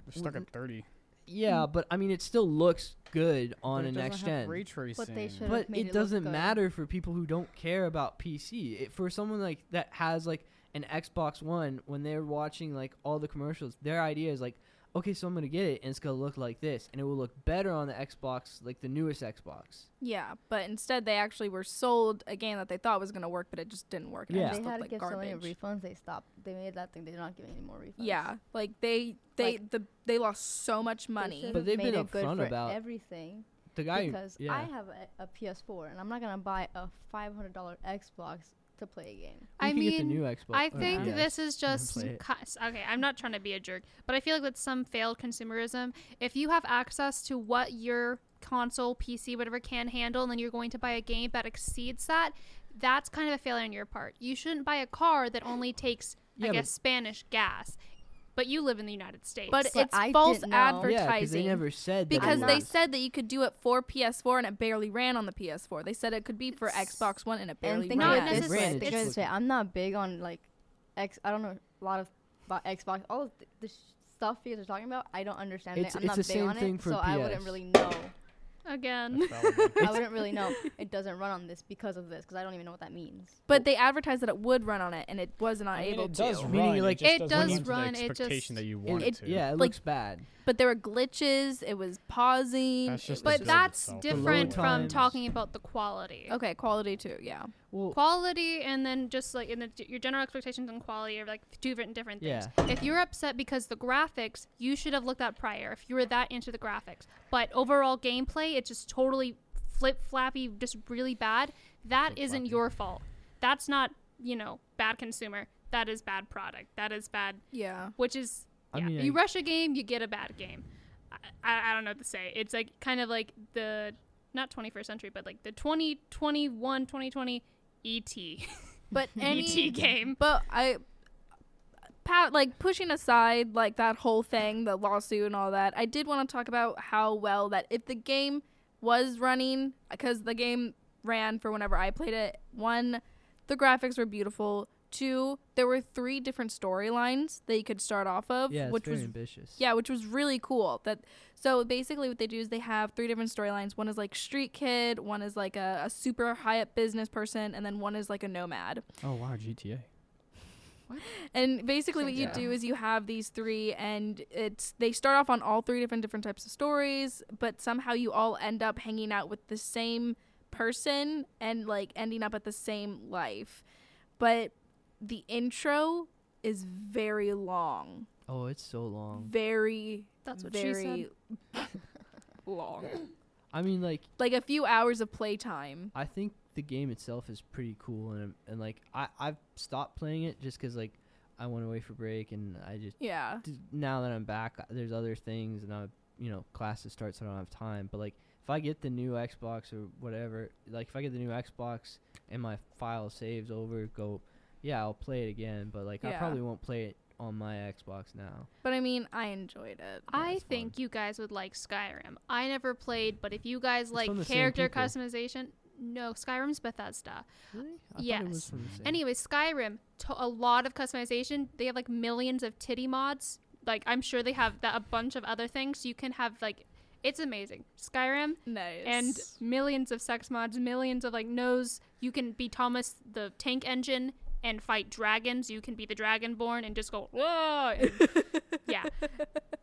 They're stuck at thirty.
Yeah, but I mean, it still looks good on
Mm. But
a
it doesn't
next
have
gen.
ray tracing.
But they should
but
made it
it,
look
doesn't
good.
matter for people who don't care about PC. It, for someone like that has like an Xbox One, when they're watching like all the commercials, their idea is like, okay, so I'm gonna get it, and it's gonna look like this, and it will look better on the Xbox, like the newest Xbox.
Yeah, but instead they actually were sold a game that they thought was going to work, but it just didn't work. and
Yeah.
It just
They had
looked
to
like
give so
garbage.
many refunds. They stopped. They made that thing. They're not giving any more refunds.
yeah, like they they the they lost so much
They
money.
should
But
have
they've been
made it good
upfront
for
about-
everything
The guy,
because
yeah,
I have a, a PS4 and I'm not gonna buy a $500 Xbox to play a game.
We
I
could get the
mean,
new Xbox.
I
or
think
PS.
this is
gonna
just
play it.
cus- okay. I'm not trying to be a jerk, but I feel like that's some failed consumerism. If you have access to what your console, PC, whatever can handle, and then you're going to buy a game that exceeds that, that's kind of a failure on your part. You shouldn't buy a car that only takes,
Yeah,
I
but-
guess, Spanish gas. But you live in the United States.
But
But
it's
I
false
didn't know. Yeah, 'cause
yeah, because they
advertising.
never said that it
because
I'm
they
not-
was.
said that you could do it for PS4 and it barely ran on the PS4. They said it could be for Xbox One and it barely
and think
ran.
Not
of it this
necessarily.
way,
It's-
because say, I'm not big on like X. I don't know a lot of about Xbox. All of th- the sh- stuff you guys are talking about, I don't understand
It's-
it. I'm
it's
not
the
big
same
on
thing
it,
for
so I wouldn't
PS.
really know.
again,
That's probably-
I wouldn't really know. It doesn't run on this because of this, because I don't even know what that means.
But they advertised that it would run on it and it wasn't
I mean,
able
it
to.
does
Meaning,
run,
like-
just
It
doesn't
does
live up to the
run, it just-
expectation that you
It-
want
it-
to.
yeah, it
Like,
looks bad.
But there were glitches. It was pausing.
That's just
it
the
was-
but
build
that's
itself. The load
different from
times.
talking about the quality.
okay, quality too. Yeah.
Well,
quality and then just like in the, your general expectations on quality are like two different different things. If you're upset because the graphics, you should have looked at prior. If you were that into the graphics, but overall gameplay, it's just totally flip flappy, just really bad. That not your fault. That's not you know bad consumer. That is bad product. That is bad.
Yeah.
Which is
I
yeah.
mean,
you
I-
rush a game, you get a bad game. I, I, I don't know what to say. It's like kind of like the not 21st century, but like the 2021 2020 ET.
But
ET
any
E game.
but I Pat like pushing aside like that whole thing, the lawsuit and all that. I did want to talk about how well that if the game was running cuz the game ran for whenever I played it. One, the graphics were beautiful. to there were three different storylines that you could start off of,
yeah, it's
which
very
was
ambitious.
yeah, which was really cool. That so basically what they do is they have three different storylines. One is like street kid, one is like a, a super high up business person, and then one is like a nomad.
Oh wow, GTA.
And basically what you
Yeah.
do is you have these three and it's they start off on all three different different types of stories, but somehow you all end up hanging out with the same person and like ending up at the same life. But the intro is very long.
Oh, it's so long.
Very
That's what
very
she said.
long.
I mean, like
like a few hours of playtime.
I think the game itself is pretty cool, and and like I I've stopped playing it just 'cause like I went away for break, and I just
Yeah.
d- now that I'm back, uh, there's other things, and I you know classes start, so I don't have time. But like if I get the new Xbox or whatever, like if I get the new Xbox and my file saves over, go yeah, I'll play it again. But like I
Yeah.
probably won't play it on my Xbox now.
But I mean, I enjoyed it.
I
it's
think you guys would like Skyrim. I never played, but if you guys
from
like
the same
character
people.
customization, no, Skyrim's Bethesda.
Really? I
thought it was Yes.
from the same.
Anyway, Skyrim, to- a lot of customization. They have like millions of titty mods. Like I'm sure they have that, a bunch of other things. You can have like, it's amazing. Skyrim
Nice.
and millions of sex mods, millions of like nose. You can be Thomas the tank engine and fight dragons. You can be the dragonborn and just go whoa. and- yeah,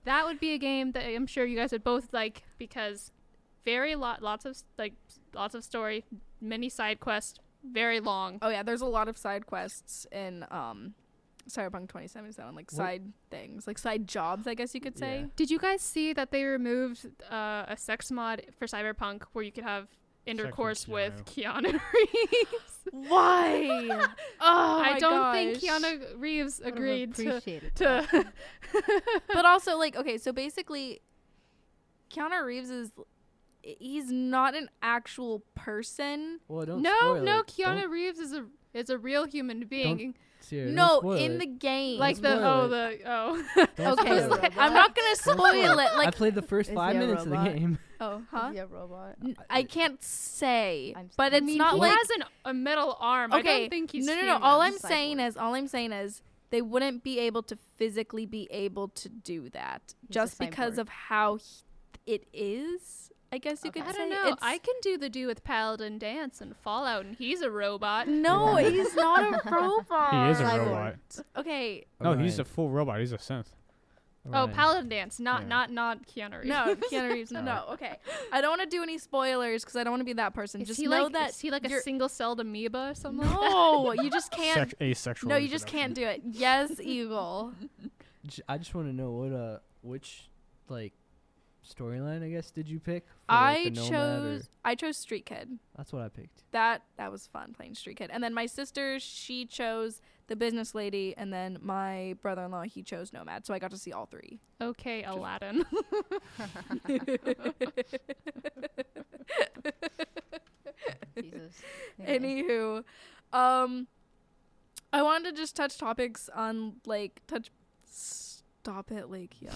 that would be a game that I'm sure you guys would both like because very lot lots of like lots of story, many side quests, very long.
oh yeah, there's a lot of side quests in um Cyberpunk 2077, like side things, like side jobs, I guess you could say.
Yeah.
Did you guys see that they removed uh, a sex mod for Cyberpunk where you could have intercourse with Keanu Reeves?
Why? oh,
I
my
don't think
gosh.
Keanu Reeves
Would've
agreed to.
appreciated that.
to
But also, like, okay, so basically, Keanu Reeves is. He's not an actual person.
well, don't
no,
spoil
no,
it. Don't-
Keanu Reeves is a is a real human being.
Sierra, don't
no,
spoil
in
it.
the game.
Like the
spoil
oh
it.
the oh.
Don't
okay,
spoil it.
I'm not gonna spoil it.
I
Like,
played the first
Is
five
he a
minutes of the
robot?
game.
oh,
Huh?
huh?
a robot?
N- I can't say,
I'm
but
sorry.
it's
He
not like
has an, a metal arm. I don't think he's
no, no, no.
human.
All
human.
I'm saying
Cyborg.
is, all I'm saying is, they wouldn't be able to physically be able to do that
a
just because
cyborg.
of how he- it is. I guess you
Okay.
could
I
say.
don't know.
It's,
I can do the dude with paladin dance and Fallout, and he's a robot.
no, he's not a robot.
He is a
Cyborg.
robot.
Okay,
No, he's a
Orion.
full robot. He's a synth.
Oh,
Orion.
paladin dance, not
Yeah.
not not Keanu Reeves.
no, Keanu Reeves.
No.
No, okay. I don't want to do any spoilers because I don't want to be that person.
Is
just
he
know
like
that
is he like a
you're-
single-celled amoeba or something? like that?
no, you just can't.
Sex- asexual.
No, you just can't do it. Yes, Eagle.
J- I just want to know what uh which like storyline I guess did you pick? For, like,
I
the Nomad or-
chose. I chose Street Kid.
that's what I picked.
that that was fun playing street kid and then my sister she chose the business lady and then my brother-in-law he chose nomad so i got to see all three
Okay, Aladdin.
Jesus. Anyway.
anywho um i wanted to just touch topics on like touch stop it like yeah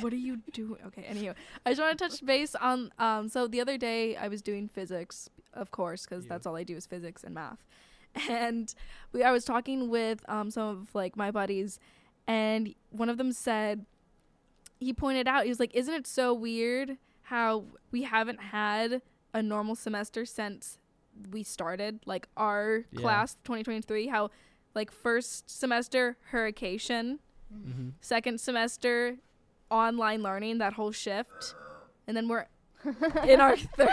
what are you doing okay anywho i just want to touch base on um so the other day i was doing physics of course because
Yeah.
that's all i do is physics and math and we i was talking with um some of like my buddies and one of them said he pointed out he was like isn't it so weird how we haven't had a normal semester since we started like our
Yeah.
class 2023 how like first semester hurricane
Mm-hmm.
second semester online learning that whole shift and then we're in our third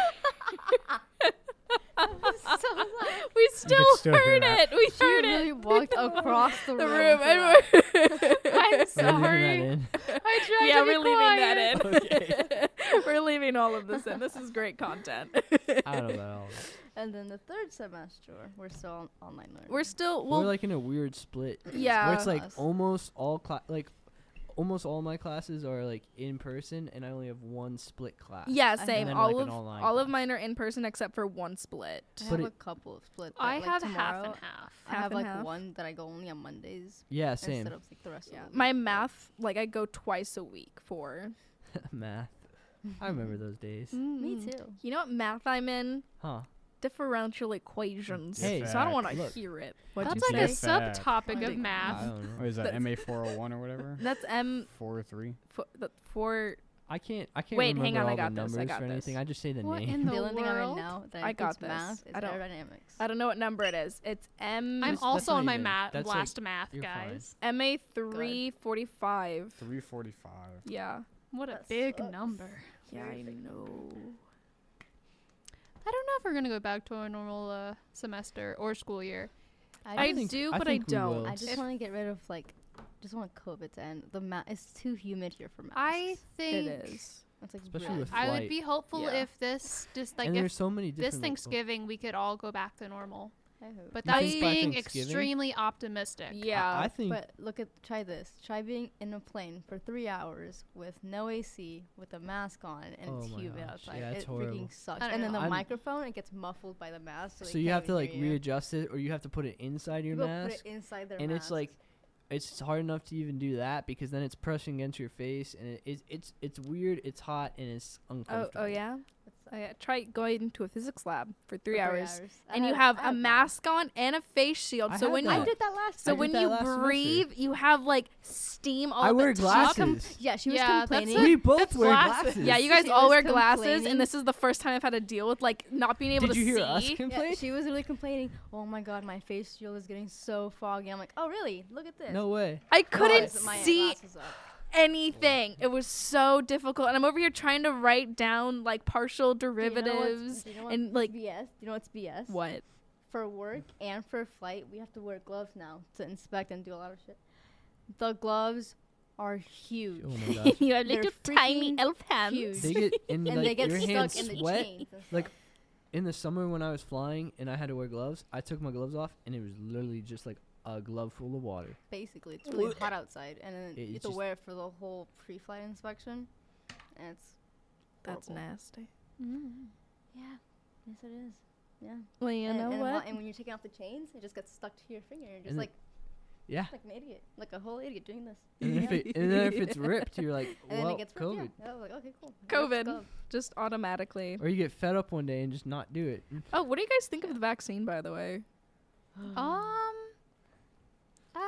we still,
still hear
heard it
that.
we
She
heard
really
it
walked across the,
the room
room. for
and
that.
we're i'm
I tried
yeah
to
we're
be
leaving that
quiet.
in we're leaving all of this in this is great content
I don't know.
And then the third semester, we're still on online learning.
we're still
We're
well
like in a weird split. Where
yeah
it's like
Us.
almost all cla- like almost all my classes are like in person, and I only have one split class.
yeah
then,
same
like,
all
an
of all
online
of
class.
mine are in person except for one split
I
But
have
it-
a couple of split.
I
like,
have half
tomorrow,
and half.
I
Half
have
and
like
half.
one that I go only on Mondays
Yeah, same.
instead of like the rest
yeah.
of the
my
week, but-
math like i go twice a week for
Math. I remember those days.
Mm. Me too.
you know what math i'm in
Huh.
differential equations.
Hey,
so I don't
Look.
want to hear it. What'd
That's
you
like a
say?
say? Fact.
subtopic of
Like-
I
math.
don't
Or
know.
is that
That's-
MA four hundred one or whatever?
That's M
Four or three.
for, the- for
I can't. I can't
Wait, hang
remember
on, I
all
got this,
the
I
numbers
got
or anything.
this.
I just say the
What
name.
in the,
the only thing I
world?
know now that
I got
includes
this.
math is
I don't-
aerodynamics.
I don't know what number it is. It's M
I'm
That's- that's
also
not
on my
even-
math
that's like-
last math,
you're fine.
guys.
MA three forty five.
Three forty five.
Yeah.
What a
That
big
sucks.
number.
Yeah, I know.
I don't know if we're gonna go back to our normal uh, semester or school year.
I,
just-
think-
do,
I
but I,
think we
don't.
will.
I just
If-
want to get rid of like, just want COVID to end. The math it's too humid here for math.
I think
it is.
It's like
Especially
really-
with
I would
Flight.
be hopeful
Yeah.
if this just like
and
if
there's so many different.
this
like, oh,
Thanksgiving we could all go back to normal.
I hope.
But
You
that's
think by
being
Thanksgiving?
extremely optimistic.
Yeah.
I, I think
But look at try this. Try being in a plane for three hours with no AC, with a mask on, and
Oh
it's
my
humid
gosh,
outside.
yeah, it's
it
horrible.
freaking sucks.
I don't
And then
know.
the
I'm-
microphone it gets muffled by the mask. So,
so.
they
You
can't
have to
even
like
hear you.
readjust it, or you have to put it inside your
People
mask.
Put it inside their
and
masks.
it's like it's hard enough to even do that because then it's pressing against your face and it is it's it's weird it's hot and it's
Oh,
uncomfortable
oh yeah.
It's uh,
Oh, yeah. Try going to a physics lab for three, hours,
I
and you
had-
have
I
a
had that.
mask on and a face shield.
I
so
had
when
that.
I
you
did that last.
so
I did
time.
when
that
you
last semester.
breathe, you have like steam all
i
up
wear
the top.
glasses
yeah, she was
Yeah, that's
complaining.
what-
we both
that's
wear
glass-
glasses
Yeah, you guys
She
all
was
wear glasses,
complaining.
and this is the first time I've had to deal with like not being able
did
to
you hear
see.
us
Yeah,
complain
she was really complaining. Oh my god, my face shield is getting so foggy. I'm like, oh really? Look at this.
no way
I
Oh,
couldn't
is it my
see
glasses up?
anything. It was so difficult, and I'm over here trying to write down like partial
Do you know what's-
derivatives
do you know what's
and like
BS. Do you know what's BS?
what?
For work and for flight, we have to wear gloves now to inspect and do a lot of shit. The gloves are huge.
oh my gosh
you have
They're
little tiny
freaking
elf hands.
huge.
they get in
and
like
they get
your
stuck
hands
in the
sweat
chains. and
like-
stuff.
in the summer when i was flying and i had to wear gloves i took my gloves off and it was literally just like a glove full of water
basically, it's really hot outside, and then
It-
you have
it's
to
just-
wear it for the whole pre-flight inspection. And it's
That's
horrible.
nasty.
Mm.
Yeah, yes it is. Yeah,
Well, you
and,
know
and wha-
what?
and when you're taking off the chains, it just gets stuck to your finger. You're just
And it-
like,
yeah
like an idiot, like a whole idiot doing this.
and, then if
Yeah.
it, and then if it's ripped you're like
And then
well
it gets ripped,
covid
yeah. Yeah, I was like, okay, cool. Ripped
COVID.
glove.
Just automatically.
or you get fed up one day and just not do it
Oh, what do you guys think of the vaccine, by the way?
Um. Um.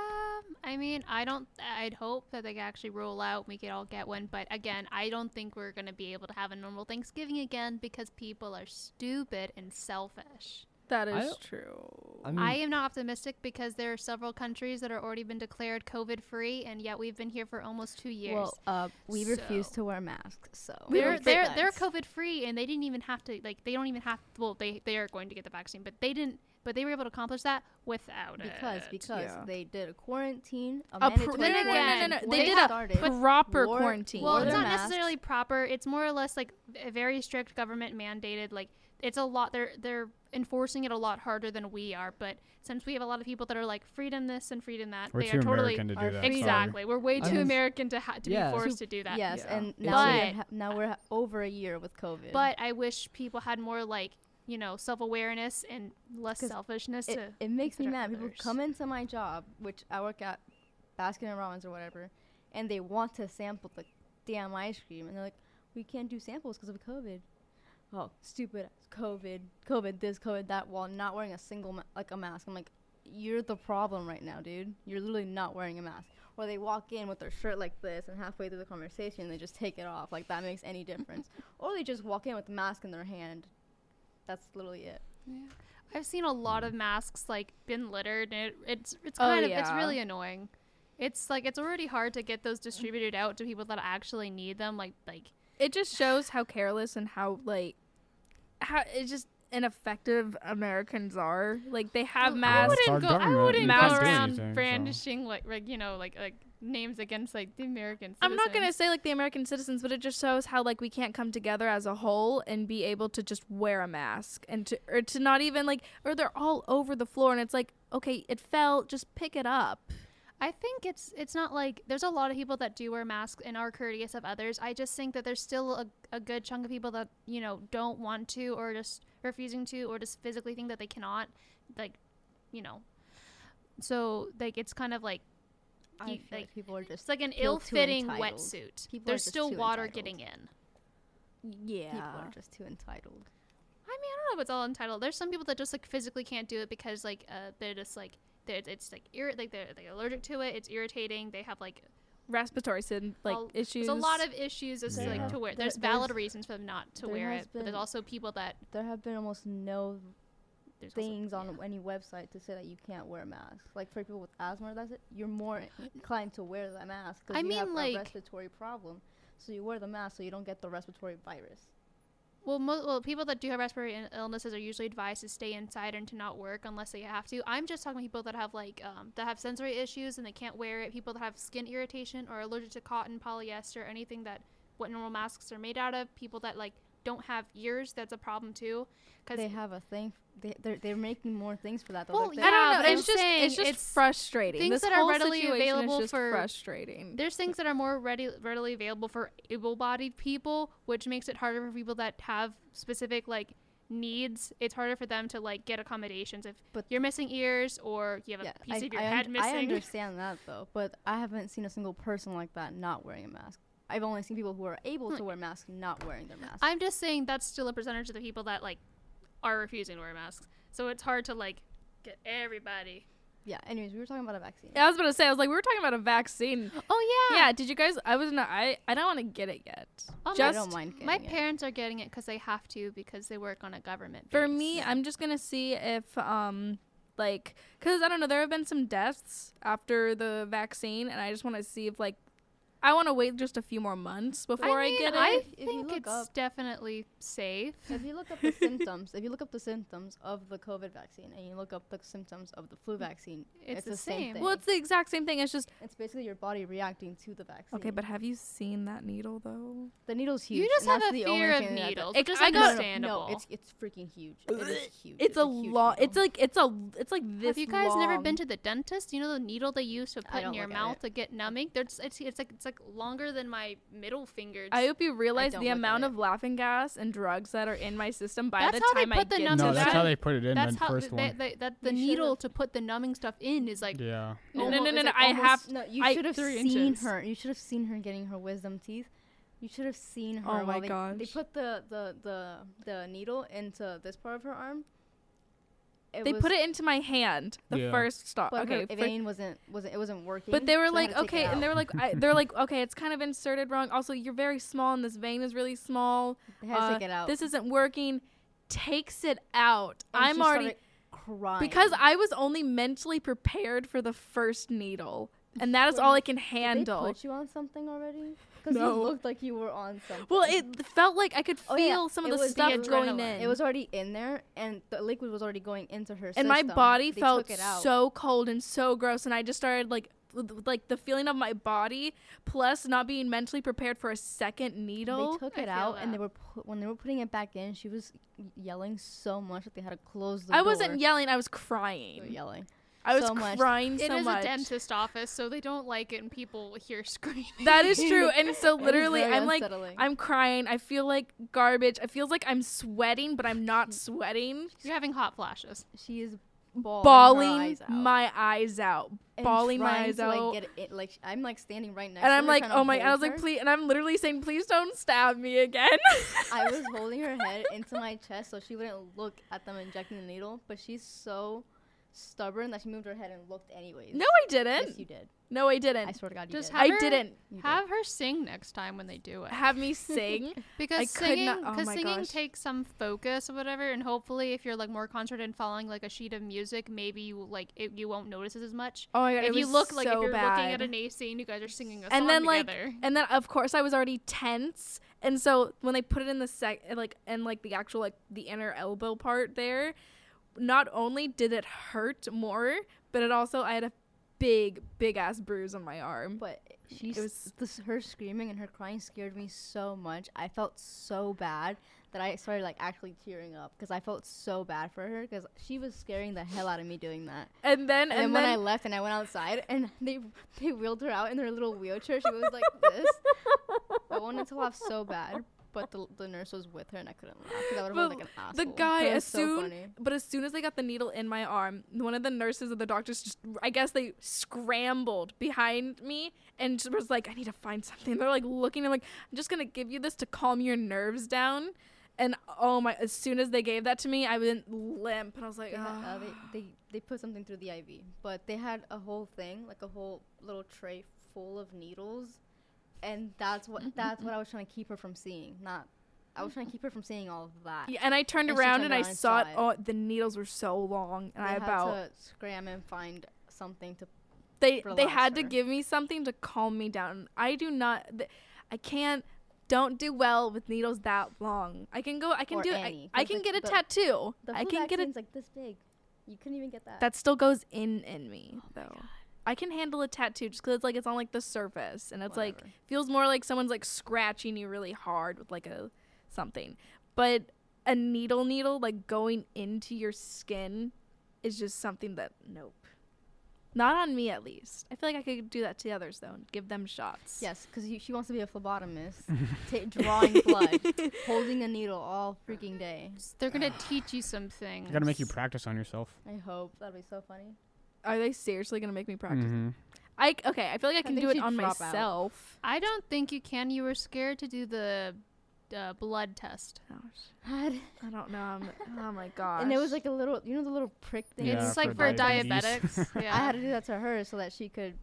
I mean, I don't. I'd hope that they actually roll out. We could all get one. But again, I don't think we're gonna be able to have a normal Thanksgiving again because people are stupid and selfish.
That
I
is
don't-
true.
Mm.
i mean
I am not optimistic because there are several countries that are already been declared COVID free, and yet we've been here for almost two years.
Well, uh, we refuse
So-
to wear masks, so
We
they're
were
they're
free
they're
guys.
COVID free, and they didn't even have to like they don't even have well they they are going to get the vaccine, but they didn't but they were able to accomplish that without
because
it.
because
Yeah.
they did a quarantine. A
A pr- no,
mandatory
no, no, no,
quarantine
no, no,
when
they
it
did a
started.
Proper
wore-
quarantine.
well
wore
it's
their
not
masks.
necessarily proper it's more or less like a very strict government mandated like it's a lot they're they're enforcing it a lot harder than we are but since we have a lot of people that are like freedom this and freedom that
We're
they
too
are totally
American to
are
do that. sorry.
exactly we're way
I
too
was-
american to ha- to
Yeah.
be forced to do that
yes,
Yeah.
and
It's
now we're,
like-
ha- now we're ha- over a year with COVID.
but i wish people had more like you know self-awareness and less
'Cause
selfishness
it,
to
it makes me
consider
mad. People
others.
come into my job, which I work at Baskin and Robbins or whatever, and they want to sample the damn ice cream, and they're like, "We can't do samples because of COVID." Oh, stupid ass COVID, COVID this, COVID that, while not wearing a single ma- like a mask. I'm like, "You're the problem right now, dude. You're literally not wearing a mask." Or they walk in with their shirt like this, and halfway through the conversation, they just take it off. Like that makes any difference. or they just walk in with a mask in their hand. That's literally it.
I've seen a lot of masks like been littered, and it, it's it's
Oh,
kind of it's
yeah.
really annoying. It's like it's already hard to get those distributed out to people that actually need them. Like like
it just shows how careless and how like how it's just ineffective Americans are. Like they have
Well, I
masks.
It's our
wouldn't go. I
government.
wouldn't go
We
can't do
around
anything, so.
brandishing like like you know like like names against like the Americans.
I'm not gonna say like the American citizens, but it just shows how like we can't come together as a whole and be able to just wear a mask and to or to not even like or they're all over the floor and it's like okay it fell just pick it up.
I think it's it's not like there's a lot of people that do wear masks and are courteous of others. I just think that there's still a, a good chunk of people that you know don't want to or just refusing to or just physically think that they cannot, like, you know. So like it's kind of like You-
I feel
like,
like people are just
it's like an
feel too
ill-fitting
entitled.
wetsuit.
People are
there's
just
still
too
water
entitled.
getting in.
Yeah.
People are just too entitled.
I mean, I don't know if Oh, it's all entitled. There's some people that just like physically can't do it because like uh, they're just like they're it's like irri- like they're like allergic to it. It's irritating. They have like
respiratory syn- like
Well,
issues.
there's a lot of issues as to,
Yeah.
like to wear.
There-
There's valid
there's-
reasons for them not to
there
wear
has
it, but there's
been-
also people that
There have been almost no
there's also-
things
yeah.
on any website to say that you can't wear a mask. Like for people with asthma, or that's it. You're more inclined to wear the mask because
I
you have
mean,
a
like-
respiratory problem. So you wear the mask so you don't get the respiratory virus.
Well, mo- well, people that do have respiratory in- illnesses are usually advised to stay inside and to not work unless they have to. I'm just talking about people that have like um, that have sensory issues and they can't wear it. People that have skin irritation or allergic to cotton, polyester, anything that what normal masks are made out of. People that like don't have ears. That's a problem too. Because
They have a thing. f- They they're, they're making more things for that. though.
Well,
like
I
they're-
don't
Yeah,
know.
but
It's
I'm
just
saying
it's just
it's
frustrating.
things
This
that are
whole
readily
situation is
available
just
for-
frustrating.
There's things that are more ready, readily available for able-bodied people, which makes it harder for people that have specific like needs. It's harder for them to like get accommodations if
But-
you're missing ears or you have
yeah,
a piece
I,
of your
I
head
und- I
missing.
understand that though, but I haven't seen a single person like that not wearing a mask. I've only seen people who are able
Hmm.
to wear masks not wearing their mask.
I'm just saying that's still a percentage of the people that like are refusing to wear masks. So it's hard to like get everybody.
yeah. Anyways, we were talking about a vaccine.
I was about to say, I was like, we were talking about a vaccine.
Oh
Yeah, did you guys? I was not. I I don't want to get it yet.
Oh,
I
just
don't mind.
My
getting it.
parents are getting it because they have to because they work on a government.
for
base.
me, I'm just gonna see if um like because I don't know. There have been some deaths after the vaccine, and I just want to see if like I want to wait just a few more months before I,
mean,
get it.
I
If you
think
look
it's
up-
definitely safe.
If you look up the symptoms, if you look up the symptoms of the COVID vaccine and you look up the symptoms of the flu vaccine,
It's the same.
well, it's the exact same thing. It's just
it's basically your body reacting to the vaccine.
okay. But have you seen that needle though?
the needle's huge.
You just
and
have
that's
a
the only
fear of
thing that-
needles,
It-
which is
I got-
understandable.
No, it's it's freaking huge. It is huge.
It's, a,
huge
long. It's
needle.
like it's a it's like this.
Have you guys never
long.
been to the dentist? You know the needle they use to
I
put in
don't
your
look at
mouth
it.
to get numbing. There's it's it's like it's like longer than my middle fingers.
I hope you realize
don't
the
look at
amount
it.
of laughing gas and drugs that are in my system by
That's
the
how they
time I
put the
get
numbers
to
No,
so
that's
that.
how they put it in
That's
the
how
first
they,
one.
they- that the
You should
needle
have-
to put the numbing stuff in is like
yeah.
No, no, no,
almo- it's
no, no.
like
I
almost-
have.
no. You
I-
should have
three
seen
inches.
her. You should have seen her getting her wisdom teeth. You should have seen her.
Oh
while
my
they, They
gosh.
put the the the the needle into this part of her arm. It
They
was-
put it into my hand. The
Yeah.
first stop.
But
okay.
her
fir-
vein wasn't wasn't it wasn't working.
but they were
so had
like,
to take it
okay, and
out.
they were like, I, they're like, okay, it's kind of inserted wrong. Also, you're very small, and this vein is really small.
They had to
Uh,
take it out.
This isn't working. Takes it out.
Oh. And
I'm
she
already
started crying
because I was only mentally prepared for the first needle, and that is all I can
Did they
handle.
put you on something already? Because
No.
you looked like you were on something.
Well, it felt like I could feel
Oh, yeah,
some
it
of the
was
stuff
the
going
adrenaline.
in.
it was already in there, and the liquid was already going into her.
and my
system.
body
They
felt
took it out.
so cold and so gross and i just started like l- like the feeling of my body plus not being mentally prepared for a second needle
They took
I
it
feel
out, and
that.
they were pu- when they were putting it back in, she was yelling so much that they had to close the
i
door.
wasn't yelling i was
They were
crying
yelling.
i was
so much.
crying
It is
so
a
much
dentist office, so they don't like it, and people hear screaming.
that is true and so
It was
literally
very
i'm like
unsettling.
i'm crying i feel like garbage it feels like i'm sweating but i'm
Mm.
not sweating
You're having hot flashes.
she is bawling, her
bawling
eyes out.
my eyes out
and
bawling my
trying
eyes
to,
out
Like, get it, like sh- I'm like standing right next.
and
to
i'm
her,
like
trying to
oh my i
hold
was like
her.
please and i'm literally saying please don't stab me again
I was holding her head into my chest so she wouldn't look at them injecting the needle, but she's so stubborn that she moved her head and looked anyways.
No, I
yes,
didn't.
you did.
no, I
I
didn't.
swear to God, you
Just
did.
have
I,
her
didn't
You did.
Have her sing next time when they do it,
have me sing.
because
I could
singing,
not- oh
because
my
singing
gosh.
takes some focus or whatever, and hopefully, if you're like more concentrated and following like a sheet of music, maybe you like it, you won't notice it as much.
oh my god,
if
it
you
was
look like if
so
you're looking
bad.
at an AC and you guys are singing a song
and then like,
together.
and then of course I was already tense, and so when they put it in the sec, like, and like the actual like the inner elbow part there, not only did it hurt more, but it also I had a big big ass bruise on my arm.
But she,
It was-
was this, her screaming and her crying scared me so much. I felt so bad that I started like actually tearing up because I felt so bad for her because she was scaring the hell out of me doing that.
And then
And, then, when I left and I went outside and they they wheeled her out in their little wheelchair, she was like this. I wanted to laugh so bad, but the, the nurse was with her and I couldn't laugh because I would have
But
like an
the
asshole.
guy
That
as
was so
soon
funny.
but as soon as they got the needle in my arm one of the nurses or the doctors just i guess they scrambled behind me and just was like i need to find something they're like looking and like i'm just gonna give you this to calm your nerves down And oh my! As soon as they gave that to me, I went limp, and I was like,
They,
"Ah."
had, uh, they, they they put something through the IV, but they had a whole thing, like a whole little tray full of needles, and that's
Mm-hmm,
what that's what I was trying to keep her from seeing. Not, I was trying to keep her from seeing all of that.
Yeah, and I turned
And she
around
turned
and I
around and
saw it.
saw it.
Oh, the needles were so long, and
they
I
had
about
to scram and find something to.
they they
relax
had to
her.
give me something to calm me down. I do not. Th- I can't. Don't do well with needles that long. I can go. I can
Or
do. it. I,
any,
I
'cause
can
the-
get a
the-
tattoo.
The
I
flu
can get a.
vaccine's, like this big. You couldn't even get that.
That still goes in in me
Oh my
though. I can handle a tattoo just because it's like it's on like the surface and it's like
Whatever.
feels more like someone's like scratching you really hard with like a something. But a needle needle like going into your skin is just something that nope. Not on me at least. I feel like I could do that to others though and give them shots.
Yes, because she wants to be a phlebotomist, ta- drawing blood, holding a needle all freaking day.
They're gonna teach you some things.
I gotta make you practice on yourself.
I hope that'd be so funny.
Are they seriously gonna make me practice?
Mhm.
I okay, I feel like I can
think
do it
she'd
on
drop out.
myself.
I don't think you can. You were scared to do the uh, blood test.
Gosh,
God.
I don't know. I'm, oh my god.
And it was like a little, you know, the little prick thing.
Yeah,
it's
for
like for
diabetes.
diabetics. yeah.
I had to do that to her so that she could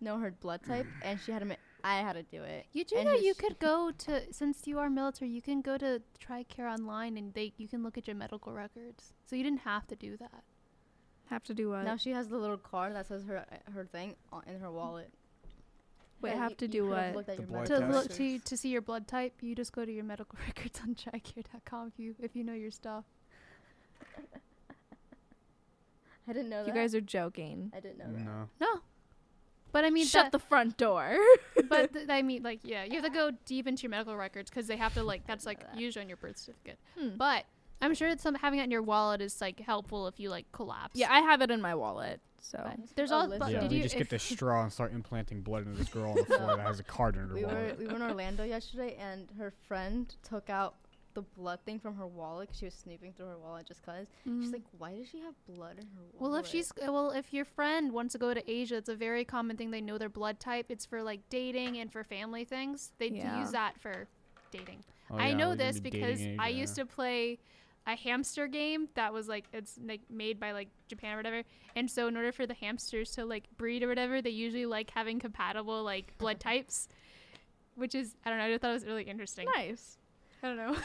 know her blood type, and she had to. Ma- I had to do it.
you do
and
know
his-
you could go to since you are military, you can go to TRICARE online and they you can look at your medical records. So you didn't have to do that.
have to do what?
Now she has the little card that says her her thing on, in her wallet.
Wait,
And
have
you-
to
you
do
could have
what?
looked at
The
your
blood
to
medical
test.
look
records.
to, to see your blood type, you just go to your medical records on TRICARE.com if you if you know your stuff.
I didn't know
you
that.
guys are joking.
I didn't know that.
No.
No. But I mean
Shut
that,
the front door.
but th- I mean like yeah, you have to go deep into your medical records cuz they have to like that's like
that.
usually on your birth certificate.
Hmm.
But I'm sure it's some having it in your wallet is like helpful if you like collapse.
yeah, I have it in my wallet. So
But There's
Oh,
all
listen.
but
yeah,
did
we
you
just get
if-
this straw and start implanting blood into this girl on the floor that has a card in her
We were
wallet.
we were in Orlando yesterday, and her friend took out the blood thing from her wallet. 'cause she was snooping through her wallet just cause.
Mm.
She's like, why does she have blood in her wallet?
Well, if she's uh, well, if your friend wants to go to Asia, it's a very common thing. They know their blood type. It's for like dating and for family things. They do
Yeah.
use that for dating.
Oh,
I
yeah,
know
we're gonna
this
be
because
dating
I
age,
used
yeah.
to play a hamster game that was like it's like made by like Japan or whatever. And so in order for the hamsters to like breed or whatever, they usually like having compatible like blood types, which is I don't know. I just thought it was really interesting.
nice.
I don't know.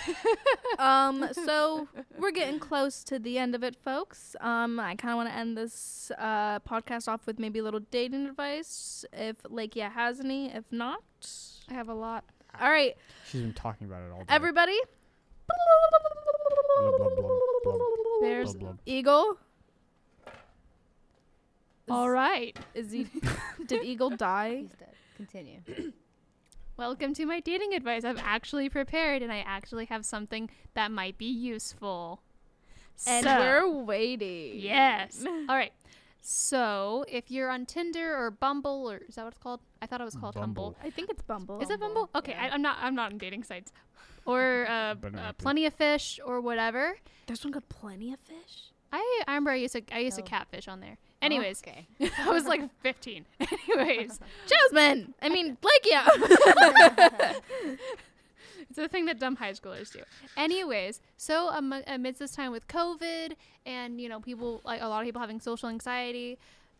Um, so we're getting close to the end of it, folks. Um, I kind of want to end this uh, podcast off with maybe a little dating advice, if Lakia has any. If not,
I have a lot.
all right,
She's been talking about it all day.
everybody.
Blub, blub, blub, blub,
There's
blub, blub.
Eagle.
all right.
Is he? did Eagle die?
He's dead. Continue.
Welcome to my dating advice. I've actually prepared and I actually have something that might be useful.
And
So-
we're waiting.
Yes. All right. So, if you're on Tinder or Bumble or is that what it's called? I thought it was called Humble.
I think it's Bumble.
Is it Bumble? Okay,
yeah.
I, I'm not I'm not on dating sites. Or uh,
Better
uh,
not be.
Plenty of Fish or whatever.
There's one called Plenty of Fish.
I, I remember I used to I used
Oh.
to catfish on there. Anyways,
okay.
I was like 15. Anyways,
Jasmine. I mean, Lakia.
It's the thing that dumb high schoolers do. Anyways, so um, amidst this time with COVID and you know people like a lot of people having social anxiety,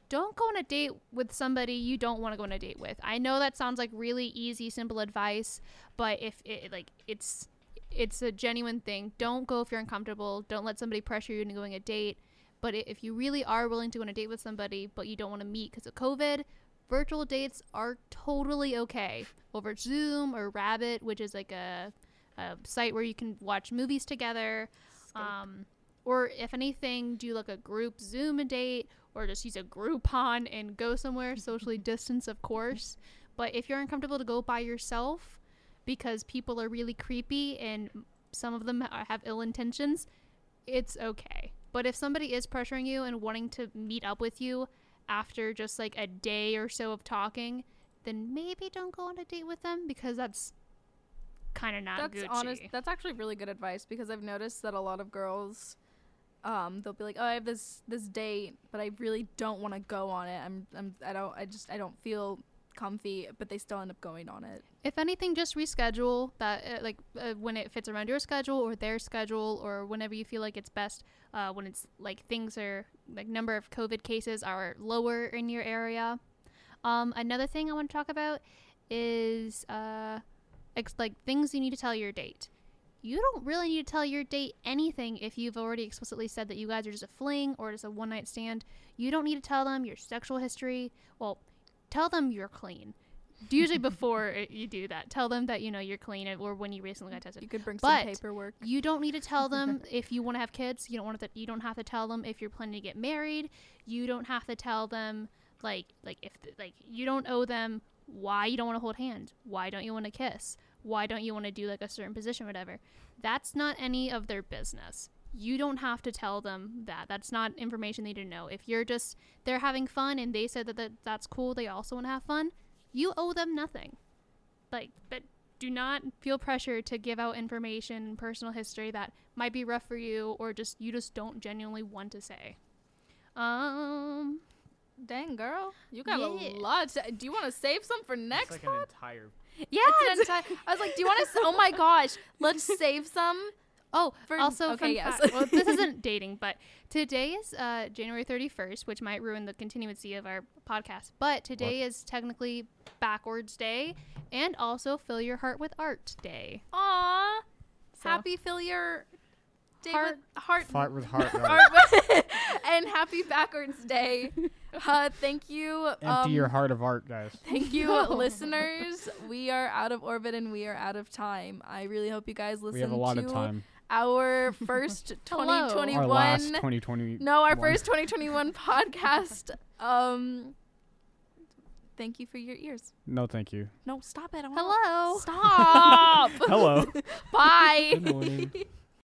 don't go on a date with somebody you don't want to go on a date with. I know that sounds like really easy, simple advice, but if it like it's it's a genuine thing. Don't go if you're uncomfortable. Don't let somebody pressure you into going a date. But i- if you really are willing to go on a date with somebody, but you don't want to meet because of COVID, virtual dates are totally okay over Zoom or Rabbit, which is like a, a site where you can watch movies together. Um, or if anything, do like a group Zoom a date or just use a Groupon and go somewhere socially distance, of course. But if you're uncomfortable to go by yourself because people are really creepy and some of them ha- have ill intentions, it's okay. But if somebody is pressuring you and wanting to meet up with you after just like a day or so of talking, then maybe don't go on a date with them because that's kind of not
that's
Gucci.
honest. That's actually really good advice because I've noticed that a lot of girls, um, they'll be like, "Oh, I have this this date, but I really don't want to go on it. I'm, I'm I don't I just I don't feel comfy, but they still end up going on it.
If anything, just reschedule that, uh, like uh, when it fits around your schedule or their schedule, or whenever you feel like it's best. Uh, when it's like things are like number of COVID cases are lower in your area. Um, another thing I want to talk about is uh, ex- like things you need to tell your date. You don't really need to tell your date anything if you've already explicitly said that you guys are just a fling or just a one night stand. You don't need to tell them your sexual history. Well, tell them you're clean. Usually before it- you do that, tell them that you know you're clean or when you recently got tested.
You could bring
But
some paperwork.
You don't need to tell them if you want to have kids. You don't want to. You don't have to tell them if you're planning to get married. You don't have to tell them like like if like you don't owe them why you don't want to hold hands. Why don't you want to kiss? Why don't you want to do like a certain position, whatever? That's not any of their business. You don't have to tell them that. That's not information they need to know. If you're just they're having fun and they said that, that that's cool, they also want to have fun. You owe them nothing. Like, but do not feel pressure to give out information personal history that might be rough for you or just you just don't genuinely want to say um
Dang, girl. You got
Yeah.
a lot. To, do you want to save some for next?
like an entire.
yeah
It's an entire- I was like, do you want to? Oh my gosh. Let's save some.
oh
for-
also
okay,
fun
yes.
fact- well this isn't dating but today is uh january 31st which might ruin the continuancy of our podcast but today is technically backwards day and also fill your heart with art day
Aw.
So-
Happy fill your day
Heart-
with heart.
Fart with heart. no.
heart with- and happy backwards day. Uh, thank you.
Empty
um,
your heart of art, guys.
Thank you, listeners. We are out of orbit and we are out of time. I really hope you guys listen
We have a lot
to
of time.
our first
Hello.
Our last
2021
2020.
No, our
one.
first 2021 podcast. Um Thank you for your ears.
No, thank you.
No, stop it. I wanna-
hello
Stop.
Hello.
Bye.
Good morning.